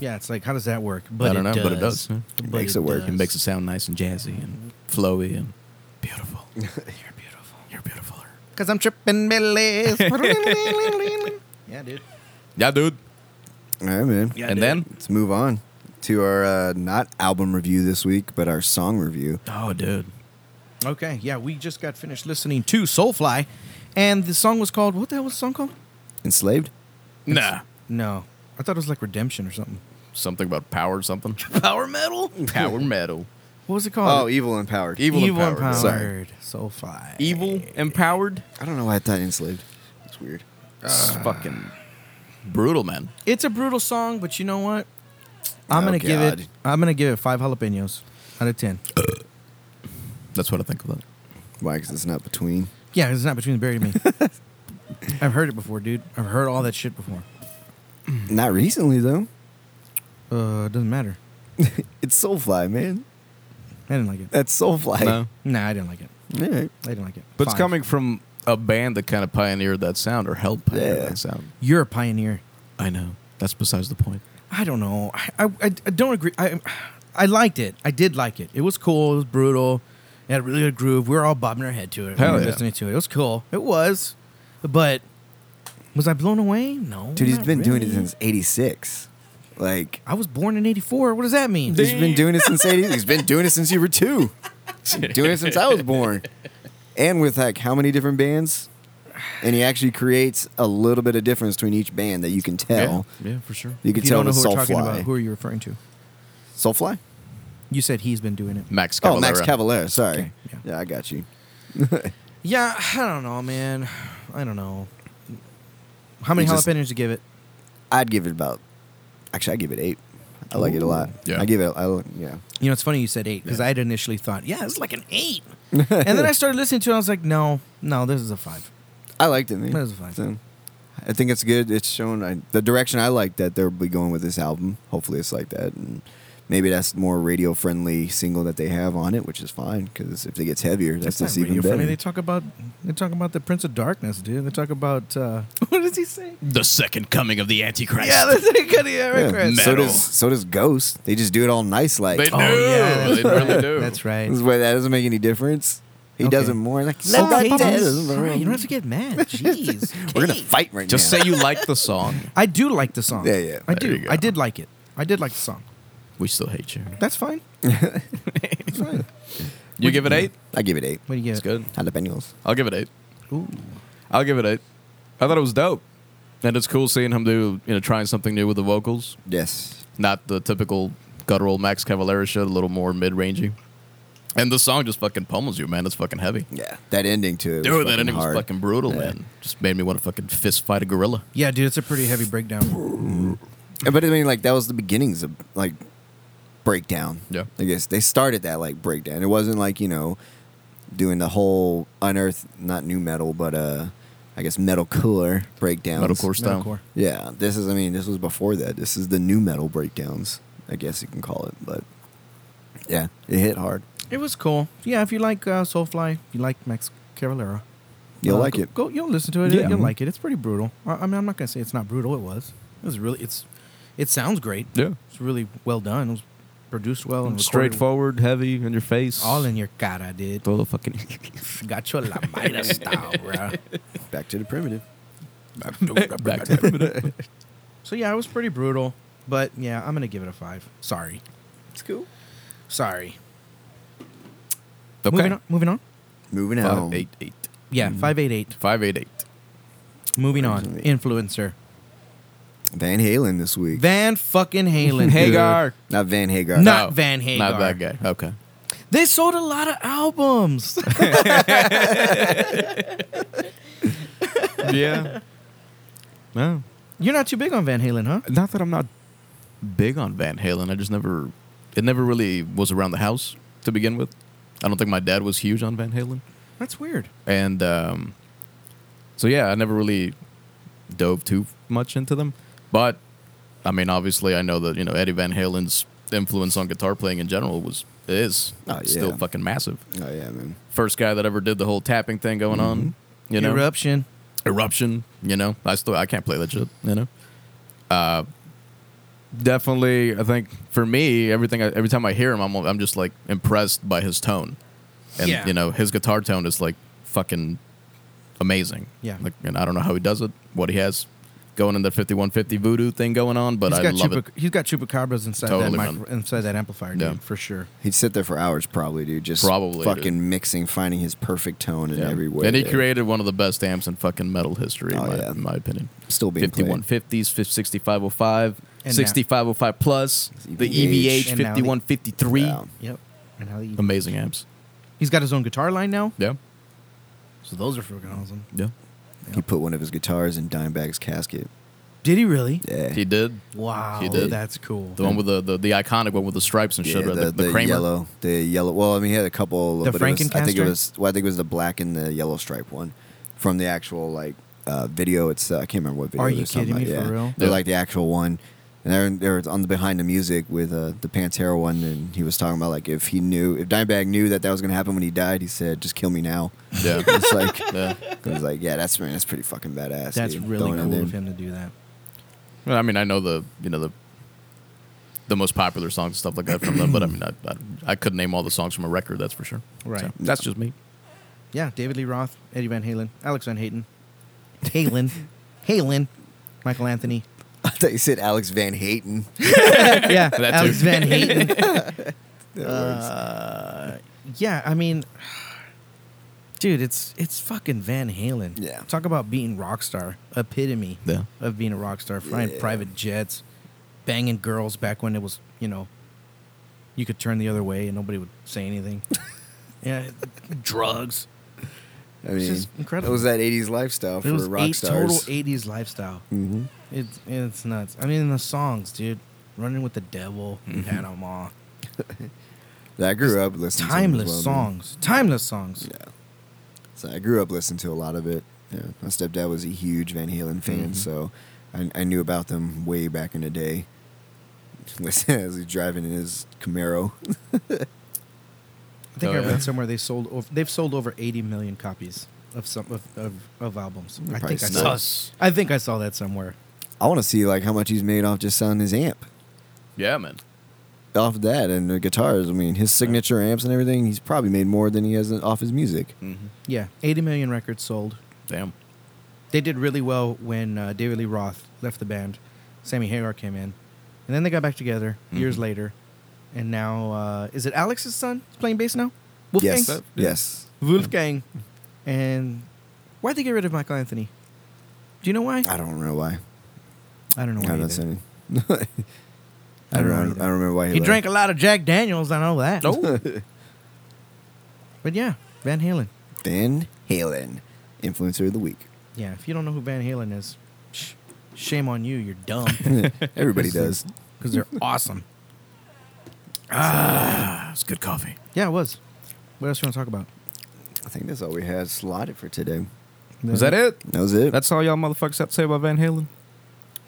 A: yeah. It's like how does that work? But
B: I don't
A: it
B: know,
A: does.
B: but it does. Yeah.
A: But
C: Makes it work.
B: It
A: does.
B: makes it sound nice and jazzy and flowy and beautiful. [laughs] You're beautiful. You're beautifuler.
A: Cause I'm tripping
B: [laughs]
A: Billy's. [laughs] yeah, dude.
B: Yeah, dude.
C: All right, man.
A: Yeah,
B: and
A: dude.
B: then?
C: Let's move on to our uh, not album review this week, but our song review.
B: Oh, dude.
A: Okay. Yeah, we just got finished listening to Soulfly, and the song was called what the hell was the song called?
C: Enslaved.
B: Nah.
A: No, I thought it was like Redemption or something.
B: Something about [laughs] power or something.
A: Power metal.
B: power metal.
A: What was it
C: Oh,
A: called?
C: evil empowered.
B: Evil
A: Empowered.
B: Empowered.
A: Empowered. Soulfly.
B: Evil empowered.
C: I don't know why I thought enslaved. It's weird.
B: It's fucking brutal, man.
A: It's a brutal song, but you know what? I'm gonna
C: Oh,
A: give
C: God.
A: it. I'm gonna give it five jalapenos out of ten.
B: That's what I think about it.
C: Why? Because it's not between.
A: Yeah, 'cause it's not between the berry and me.
B: [laughs]
A: I've heard it before, dude. I've heard all that shit before.
C: Not recently though.
A: Uh, it doesn't matter.
C: It's Soulfly, man.
A: I didn't like it.
C: That's Soulfly.
B: No.
A: Nah, I didn't like it.
C: All right.
A: I didn't like it.
B: But it's
A: Five.
B: coming from a band that kind of pioneered that sound or helped pioneer
C: Yeah.
B: that sound.
A: You're a pioneer.
B: I know. That's besides the point.
A: I don't know. I, I, I don't agree. I I liked it. I did like it. It was cool. It was brutal. It had a really good groove. We were all bobbing our head to it.
B: Hell
A: we were
B: yeah.
A: listening to it. It was cool. It was. But was I blown away? No.
C: Dude, he's
A: not
C: been doing it
A: really.
C: since '86. Like
A: I was born in '84. What does that mean?
C: he's been doing it since '80s. He's been doing it since you were two. He's been doing it since
A: [laughs]
C: I was born. And with like how many different bands? And he actually creates a little bit of difference between each band that you can tell.
B: Yeah, for sure.
C: You can
A: If you
C: tell
A: don't know
C: with
A: who we're talking about,
C: Soulfly.
A: who are you referring to?
C: Soulfly?
A: You said he's been doing it.
B: Max
C: Oh,
B: Cavalera.
C: Max Cavalera. Sorry.
A: Okay, yeah.
C: yeah. I got you.
A: Yeah, I don't know, man. I don't know. How many
C: You just-
A: jalapenos did you give it?
C: I'd give it about. Actually, I give it eight. I like it a lot.
B: Yeah.
C: I give it. I li- yeah.
A: You know, it's funny you said eight because I'd initially thought, yeah, it's like an
C: [laughs]
A: eight, and then I started listening to it. I was like, no, no, this is a five.
C: I liked it. Man.
A: That was fine.
C: So, I think it's good. It's showing I, the direction I like that they'll be going with this album. Hopefully, it's like that, and maybe that's more radio friendly single that they have on it, which is fine because if it gets heavier, that's
A: not
C: just even
A: radio
C: better.
A: friendly. They talk about they talk about the Prince of Darkness, dude. They talk about uh, [laughs] what does he say?
B: The second coming of the Antichrist.
A: Yeah, that's a good
C: Yeah,
A: yeah,
C: So
B: Metal.
C: does so does Ghost. They just do it all nice like. oh,
B: They do.
A: that's
B: they really do.
A: Oh, [laughs] That's right.
C: This is why that doesn't make any difference. He
A: Okay.
C: does it more like.
A: Okay,
C: "Soulfly does."
A: sorry, you don't have to get
C: [laughs]
A: mad. Jeez,
C: We're gonna
A: okay.
C: fight right
B: Just
C: now.
B: say you like the song.
A: I do like the song.
C: Yeah, yeah.
A: I
B: There you
A: do.
B: go.
A: I did like it. I did like the song.
B: We still hate you.
A: That's fine. That's fine.
B: You give it eight?
C: I give it eight.
A: What do you get?
B: It's good.
C: Jalapenos.
B: I'll give it eight.
A: Ooh.
B: I'll give it eight. I thought it was dope. And it's cool seeing him do, you know, trying something new with the vocals.
C: Yes.
B: not the typical guttural Max Cavalera shit, a little more mid rangey. And the song just fucking pummels you, man. It's fucking heavy.
C: Yeah, that ending too. was
B: Dude, that
C: fucking
B: ending was
C: hard.
B: fucking brutal,
C: Yeah.
B: man. Just made me want to fucking fist fight a gorilla.
A: Yeah, dude, it's a pretty heavy breakdown.
C: But I mean, like that was the beginnings of like breakdown.
B: Yeah.
C: I guess they started that like breakdown. It wasn't like you know doing the whole unearth not new metal, but uh, I guess metal cooler breakdowns.
B: Metalcore style.
A: Metalcore.
C: Yeah, this is. I mean, this was before that. This is the new metal breakdowns. I guess you can call it, but yeah, it hit hard.
A: It was cool. Yeah, if you like uh, Soulfly, you like Max Cavalera,
C: You'll
A: uh,
C: like
A: go-
C: it.
A: Go, you'll listen to it.
C: Yeah.
A: You'll like it. It's pretty brutal. I, I mean, I'm not gonna say it's not brutal. It was. It was really. It's. It sounds great.
B: Yeah.
A: It's really well done. It was produced well and recorded
E: Straightforward, heavy in your face.
A: All [laughs] in your cara, dude.
E: Throw the fucking.
A: Got your la maida
C: [laughs]
A: style, bro.
C: Back to the primitive.
B: [laughs] Back to it.
A: So yeah, it was pretty brutal, but yeah, I'm gonna give it a five. Sorry,
C: It's cool.
A: sorry. Moving
B: Okay.
A: on. Moving on.
C: Moving
B: Five
C: on.
B: eight eight.
A: Yeah,
C: Mm-hmm.
A: five eight eight.
B: Five eight eight.
A: Moving on. Influencer
C: Van Halen this week.
A: Van fucking Halen. dude.
E: Hagar.
C: not Van Hagar.
A: Not Van Hagar.
B: Not that guy. Okay.
A: They sold a lot of albums.
E: yeah. No.
A: You're not too big on Van Halen, huh?
E: Not that I'm not.
B: Big on Van Halen. I just never. It never really was around the house to begin with. I don't think my dad was huge on Van Halen,
A: That's weird.
B: and um, so yeah, I never really dove too much into them. But I mean, obviously, I know that you know Eddie Van Halen's influence on guitar playing in general was is
C: Oh,
B: still
C: yeah.
B: fucking massive.
C: Oh yeah, man.
B: First guy that ever did the whole tapping thing going on. You know,
A: Eruption.
B: eruption. You know, I still I can't play that shit. You know, uh, definitely. I think for me, everything I, every time I hear him, I'm I'm just like impressed by his tone, and
A: Yeah.
B: you know his guitar tone is like fucking amazing.
A: Yeah.
B: like and I don't know how he does it, what he has going in the 5150 voodoo thing going on, but
A: he's
B: I
A: got
B: love
A: chupac- he's got chupacabras inside
B: Totally,
A: that
B: man.
A: micro- inside that amplifier, dude,
B: Yeah.
A: for sure.
C: He'd sit there for hours, probably, dude. Just
B: Probably,
C: fucking
B: dude.
C: mixing, finding his perfect tone in
B: it. Yeah.
C: every way.
B: and he
C: that-
B: created one of the best amps in fucking metal history,
C: Oh,
B: in, my,
C: yeah.
B: in my opinion.
C: Still being played.
B: 5150s, 6505,
A: And now-
B: 6505 plus, the E EVH
A: And now the-
B: 5153.
C: E Yeah.
A: Yep. And how he,
B: Amazing amps.
A: he's got his own guitar line now,
B: Yeah.
A: so those are freaking awesome.
B: Yeah.
C: He put one of his guitars in Dimebag's casket.
A: Did he really?
C: Yeah.
B: He did.
A: Wow,
B: He did.
A: that's cool.
B: The one with the, the, the iconic one with the stripes and shit,
C: Yeah,
B: right?
C: the,
B: The, the,
C: the
B: Kramer.
C: yellow, the yellow. Well, I mean, he had a couple.
A: The
C: but it was, I think it
A: Frankencaster?
C: was. Well, I think it was the black and the yellow stripe one from the actual like uh, video. It's uh, I can't remember what video.
A: Are
C: it
A: you
C: was talking
A: kidding me?
C: about,
A: For
C: yeah.
A: real?
C: They're
B: Yeah.
C: like the actual one, and they're, they're on the behind the music with uh, the Pantera one, and he was talking about like if he knew if Dimebag knew that that was gonna happen when he died, he said just kill
A: [laughs]
C: me now.
B: Yeah.
C: It's like
B: yeah.
C: it was like yeah, that's man, that's pretty fucking badass.
A: That's
C: dude.
A: really
C: Throwing it
A: cool
C: in.
A: of him to do that.
B: Well, I mean, I know the, you know, the the most popular songs and stuff like that from them, but I mean, I, I, I could name all the songs from a record, that's for sure.
A: Right.
B: So, that's just me.
A: Yeah, David Lee Roth, Eddie Van Halen, Alex Van Hayden,
B: [laughs]
A: Halen, Halen, Michael Anthony.
C: [laughs] I thought you said Alex Van Hayden.
A: yeah,
B: too.
A: Alex
B: [laughs]
A: Van Hayden.
C: [laughs] That
A: Uh, yeah, I mean, dude, it's it's fucking Van Halen.
C: Yeah.
A: talk about being rock star epitome
B: Yeah.
A: of being a rock star, flying
C: Yeah.
A: private jets, banging girls back when it was you know, you could turn the other way and nobody would say
C: [laughs]
A: anything. yeah, drugs.
C: I mean,
A: just incredible.
C: It was that '80s lifestyle for
A: it was
C: rock
A: eight total
C: stars.
A: '80s lifestyle.
C: Mhm.
A: It's it's nuts. I mean, the songs, dude. Running with the Devil, Panama.
C: That I grew up listening
A: Timeless
C: to them as well, man.
A: songs. Timeless songs.
C: Yeah. So I grew up listening to a lot of it. Yeah. My stepdad was a huge Van Halen fan,
A: Mm-hmm.
C: so I, I knew about them way back in the day. [laughs] Listen, as he's driving in his Camaro. [laughs]
A: I think
B: Oh,
A: I
B: yeah.
A: read somewhere they sold over, they've sold over 80 million copies of some of, of, of albums. I
C: probably
A: think I
C: still-
A: saw I think I saw that somewhere.
C: I want to see like how much he's made off just selling his amp.
B: Yeah, man.
C: Off of that and the guitars. I mean, his signature amps and everything. He's probably made more than he has off his music.
A: Yeah, 80 million records sold.
B: Damn.
A: They did really well when uh, David Lee Roth left the band. Sammy Hagar came in. And then they got back together years later. And now, uh, is it Alex's son that's playing bass now? Wolfgang?
C: yes, yes.
A: Wolfgang. And why'd they get rid of Michael Anthony? Do you know why?
C: I don't know why.
A: I don't know
C: [laughs] I
A: why.
C: don't
A: either.
C: know. I don't, I don't remember why he,
A: He
C: left.
A: drank a lot of Jack Daniels. I know that.
C: Oh. [laughs]
A: But yeah, Van Halen.
C: Van Halen, influencer of the week. [laughs]
A: Yeah, if you don't know who Van Halen is, sh- shame on you. You're dumb
C: [laughs] Everybody does.
A: because they're [laughs] awesome.
B: That's good coffee.
A: Yeah, it was. What else you want to talk about?
C: I think that's all we had slotted for today.
B: Is that it?
C: That was it.
E: That's all y'all motherfuckers have to say about Van Halen.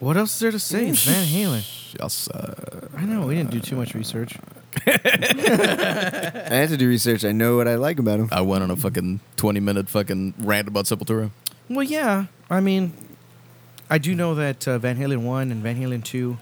A: What else is there to say? It's
C: [laughs]
A: Van Halen.
B: Y'all suck.
A: I know we didn't do too much research.
C: I had to do research. I know what I like about him.
A: Uh,
B: I went on a fucking twenty minute fucking rant about Sepultura.
A: Well, yeah. I mean, I do know that uh, Van Halen one and Van Halen two,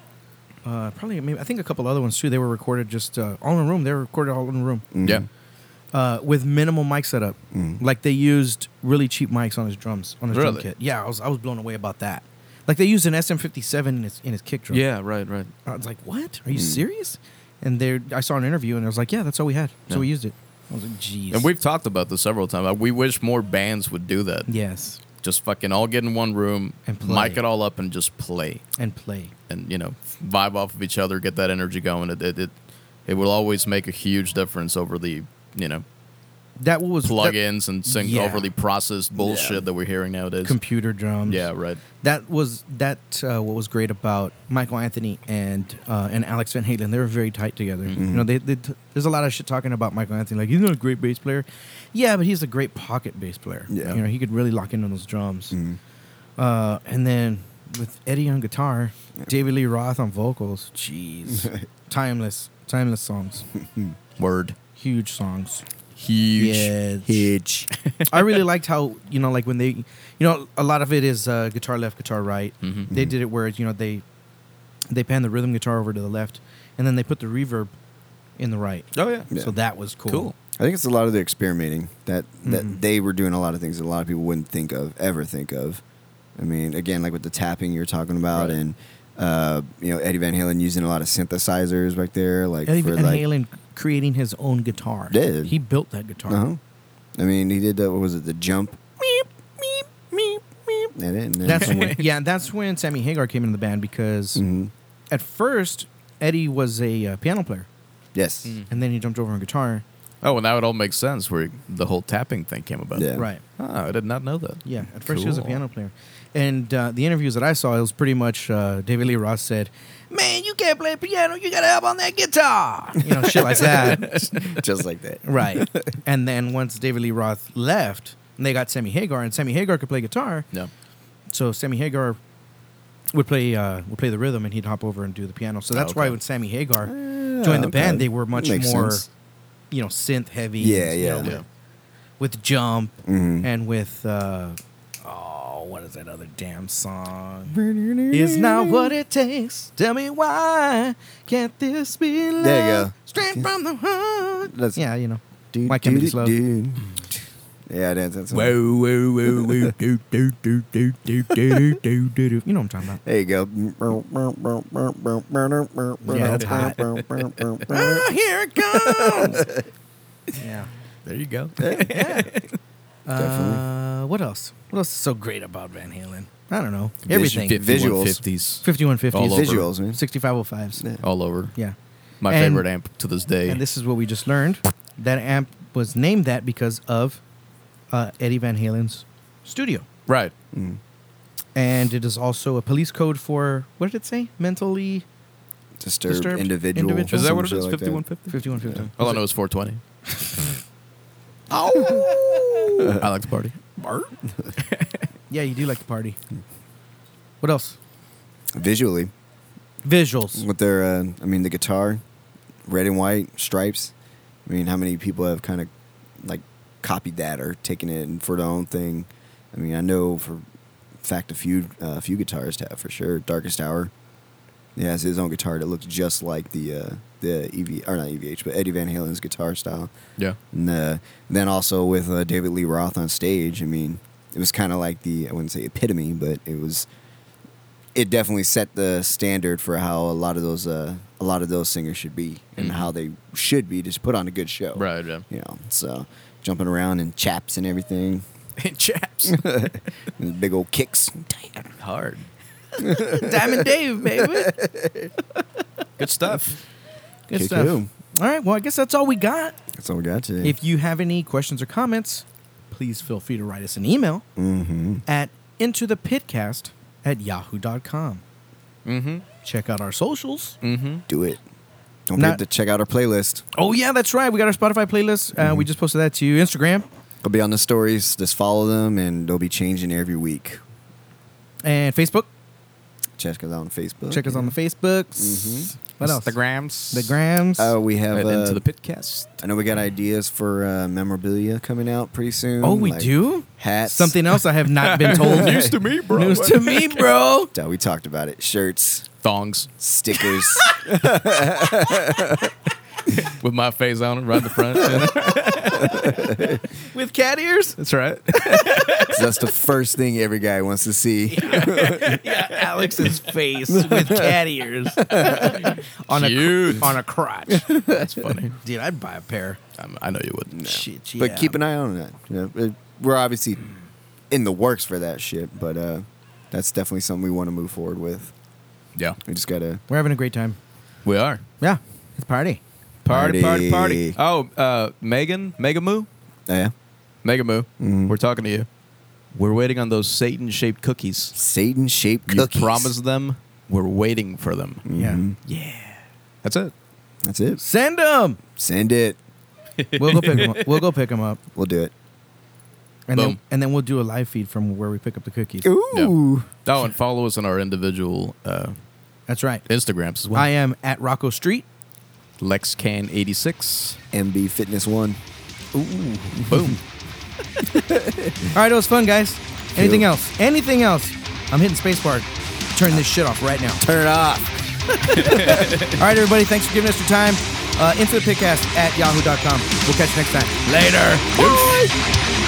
A: uh, probably maybe I think a couple other ones too. They were recorded just uh, all in a room. They were recorded all in a room
B: Yeah.
C: Mm-hmm.
A: uh, with minimal mic setup. Like they used really cheap mics on his drums on his drum
B: Mm-hmm. Really?
A: kit. Yeah, I was I was blown away about that. Like they used an SM57 in his in his kick drum.
B: Yeah. Mm-hmm. Right. Right.
A: I was like, "What? Are you serious?" And there, I saw an interview, and I was like, "Yeah, that's all we had, so
B: Yeah.
A: we used it." I was like, "Jeez."
B: And we've talked about this several times. Like, We wish more bands would do that.
A: yes,
B: Just fucking all get in one room
A: And play.
B: mic it all up, and just play,
A: and play.
B: and you know, vibe off of each other, get that energy going. It it it, it will always make a huge difference over the you know
A: That was
B: plugins and sync
A: Yeah.
B: overly processed bullshit that we're hearing
A: that-
B: nowadays.
A: computer drums.
B: yeah. Right.
A: that was that. Uh, what was great about Michael Anthony and uh, and Alex Van Halen? They were very tight together. You know, they, they t- there's a lot of shit talking about Michael Anthony. Like he's not a great bass player. Yeah, but he's a great pocket bass player.
C: Yeah.
A: you know, he could really lock in on those drums. Uh, and then with Eddie on guitar, David Lee Roth on vocals. Jeez, timeless, timeless songs,
B: Word.
A: huge songs.
B: Huge.
C: Hitch. [laughs]
A: I really liked how you know, like when they, you know, a lot of it is uh, guitar left, guitar right.
C: Mm-hmm.
B: Mhm.
A: They did it where you know they they pan the rhythm guitar over to the left, and then they put the reverb in the right.
B: Oh yeah.
C: Yeah.
A: So that was cool.
B: Cool.
C: I think it's a lot of the experimenting that that
A: Mm-hmm.
C: they were doing a lot of things that a lot of people wouldn't think of ever think of. I mean, again, like with the tapping you're talking about,
B: Right.
C: and uh, you know Eddie Van Halen using a lot of synthesizers back there, like
A: Eddie
C: for
A: Van
C: like.
A: Halen creating his own guitar.
C: Did.
A: he built that guitar?
C: Uh-huh. I mean, he did the what was it the jump? Meep meep meep meep. That it. and then-
A: That's when, yeah, that's when Sammy Hagar came into the band because
C: Mhm.
A: at first Eddie was a uh, piano player,
C: [laughs] Yes.
A: and then he jumped over on guitar.
B: Oh, well, now it all makes sense where the whole tapping thing came about.
C: Yeah.
A: Right.
B: Oh, I did not know that.
A: Yeah, at first he was a
B: Cool.
A: piano player, and uh, the interviews that I saw, it was pretty much uh, David Lee Roth said, "Man, you can't play piano. You gotta help on that guitar." You know, shit like that.
C: [laughs] Just like that.
A: Right. And then once David Lee Roth left, and they got Sammy Hagar, and Sammy Hagar could play guitar,
B: Yeah.
A: so Sammy Hagar would play uh, would play the rhythm, and he'd hop over and do the piano. So that's why
B: Okay.
A: when Sammy Hagar
C: Ah,
A: joined the
C: okay.
A: band, they were much
C: Makes
A: more,
C: sense.
A: you know, synth heavy.
C: Yeah,
A: you
C: yeah.
A: know,
B: Yeah.
A: with Jump
C: Mhm.
A: and with uh, oh, what is that other damn song? It's not what it takes. Tell me why can't this be love?
C: There you go.
A: Straight from the heart.
C: That's-
A: yeah, you know.
C: Do,
A: Why
C: do,
A: can't it be
C: do,
A: slow?
C: do. Yeah, that's that's.
B: whoa, whoa, whoa, do, do, do, do, do, do, do, do, do.
A: You know what I'm talking about.
C: There you go.
A: Yeah, that's
C: [laughs]
A: hot.
C: Mm.
A: Oh, here it comes. yeah.
B: There you go.
A: Uh, what else? What else is so great about Van Halen? I don't know.
C: Vision
A: Everything.
C: fit. Visuals.
B: 50s.
A: 5150s.
B: All over.
C: Visuals, man.
A: 6505s.
C: Yeah.
B: All over.
A: yeah.
B: My
A: And-
B: favorite amp to this day.
A: And this is what we just learned. That amp was named that because of uh, Eddie Van Halen's studio.
B: right.
A: And it is also a police code for, what did it say? Mentally
C: Disturbed,
A: Disturbed
C: individual.
A: individual. Is
E: Is that
C: some
E: what it
C: shit
E: is?
C: like that.
E: 5150?
A: 5150.
B: All I know is
A: [laughs] Oh!
B: 420. I like to party.
A: Yeah, you do like to party. What else?
C: Visually, [laughs]
A: Visuals. [laughs]
C: with their, uh, I mean, the guitar, red and white stripes. I mean, how many people have kind of like copied that or taken it and for their own thing? I mean, I know for a fact a few, uh, a few guitarists have for sure. Darkest Hour, he has his own guitar that looks just like the uh, the EV or not EVH, but Eddie Van Halen's guitar style.
B: Yeah.
C: And uh, then also with uh, David Lee Roth on stage, I mean, it was kind of like the, I wouldn't say epitome, but it was, it definitely set the standard for how a lot of those, uh, a lot of those singers should be and
A: Mm-hmm.
B: Mhm.
C: how they should be just put on a good show.
B: Right. Yeah.
C: You know, so jumping around and chaps and everything,
B: Chaps.
C: and big old kicks.
B: Hard.
A: Diamond Dave, baby.
B: Good stuff.
A: Good
C: Kick
A: stuff.
C: you.
A: All right. Well, I guess that's all we got.
C: That's all we got today.
A: If you have any questions or comments, please feel free to write us an email
C: Mm-hmm.
A: at into the pitcast at yahoo.com.
B: Mm-hmm.
A: Check out our socials.
B: Mm-hmm.
C: do it. Don't
A: Not-
C: forget to check out our playlist.
A: Oh, yeah, that's right. We got our Spotify playlist. Uh, we just posted that to Instagram.
C: It'll be on the stories. Just follow them, and they'll be changing every week.
A: and Facebook.
C: Check us out on Facebook.
A: Check us on the Facebooks. What else?
B: grams.
A: The grams.
C: Oh, we have.
B: At
C: Uh,
B: into the pitcast.
C: I know we got ideas for uh, memorabilia coming out pretty soon.
A: oh, we
C: like
A: do.
C: hats.
A: Something else I have not been told.
B: News to me, bro.
A: News to me, bro.
C: Yeah, we talked about it. Shirts,
B: Thongs
A: [laughs]
C: stickers.
B: with my face [laughs] on it right in the front.
A: With cat ears.
B: That's right.
C: 'Cause that's the first thing every guy wants to see.
A: Yeah, Alex's face with cat ears on a
B: Cute.
A: cr- on a [laughs] crotch.
B: That's funny.
A: Dude, I'd buy a pair.
B: I'm, I know you wouldn't.
A: Shit, yeah.
C: But keep an eye on that. You know, it- we're obviously in the works for that shit, but uh, that's definitely something we want to move forward with.
B: Yeah,
C: We just gotta.
A: We're having a great time.
B: we are.
A: Yeah, it's a party.
B: Party, party,
C: Party.
B: party. Oh, uh, Megan, Mega Moo,
C: yeah.
B: Mega Moo.
A: Mm-hmm.
B: We're talking to you. We're waiting on those Satan-shaped cookies.
C: Satan shaped
B: You
C: cookies.
B: promised them. We're waiting for them.
A: Yeah,
B: That's it.
C: That's it.
A: send them.
C: Send it.
A: We'll go pick them. Up. We'll go pick them up,
C: We'll do it.
A: and
B: Boom.
A: then and then we'll do a live feed from where we pick up the cookies.
C: Ooh.
B: Oh, and follow us on our individual uh,
A: That's right.
B: Instagrams as well.
A: I am at Rocco Street.
B: LexCan86.
C: MB Fitness One.
B: [laughs] Boom.
A: All right, it was fun, guys. Anything else? Anything else? I'm hitting spacebar. Turn this shit off right now.
C: Turn it off.
A: [laughs] All right, everybody. Thanks for giving us your time. Uh, into the pitcast at yahoo.com. We'll catch you next time.
B: Later.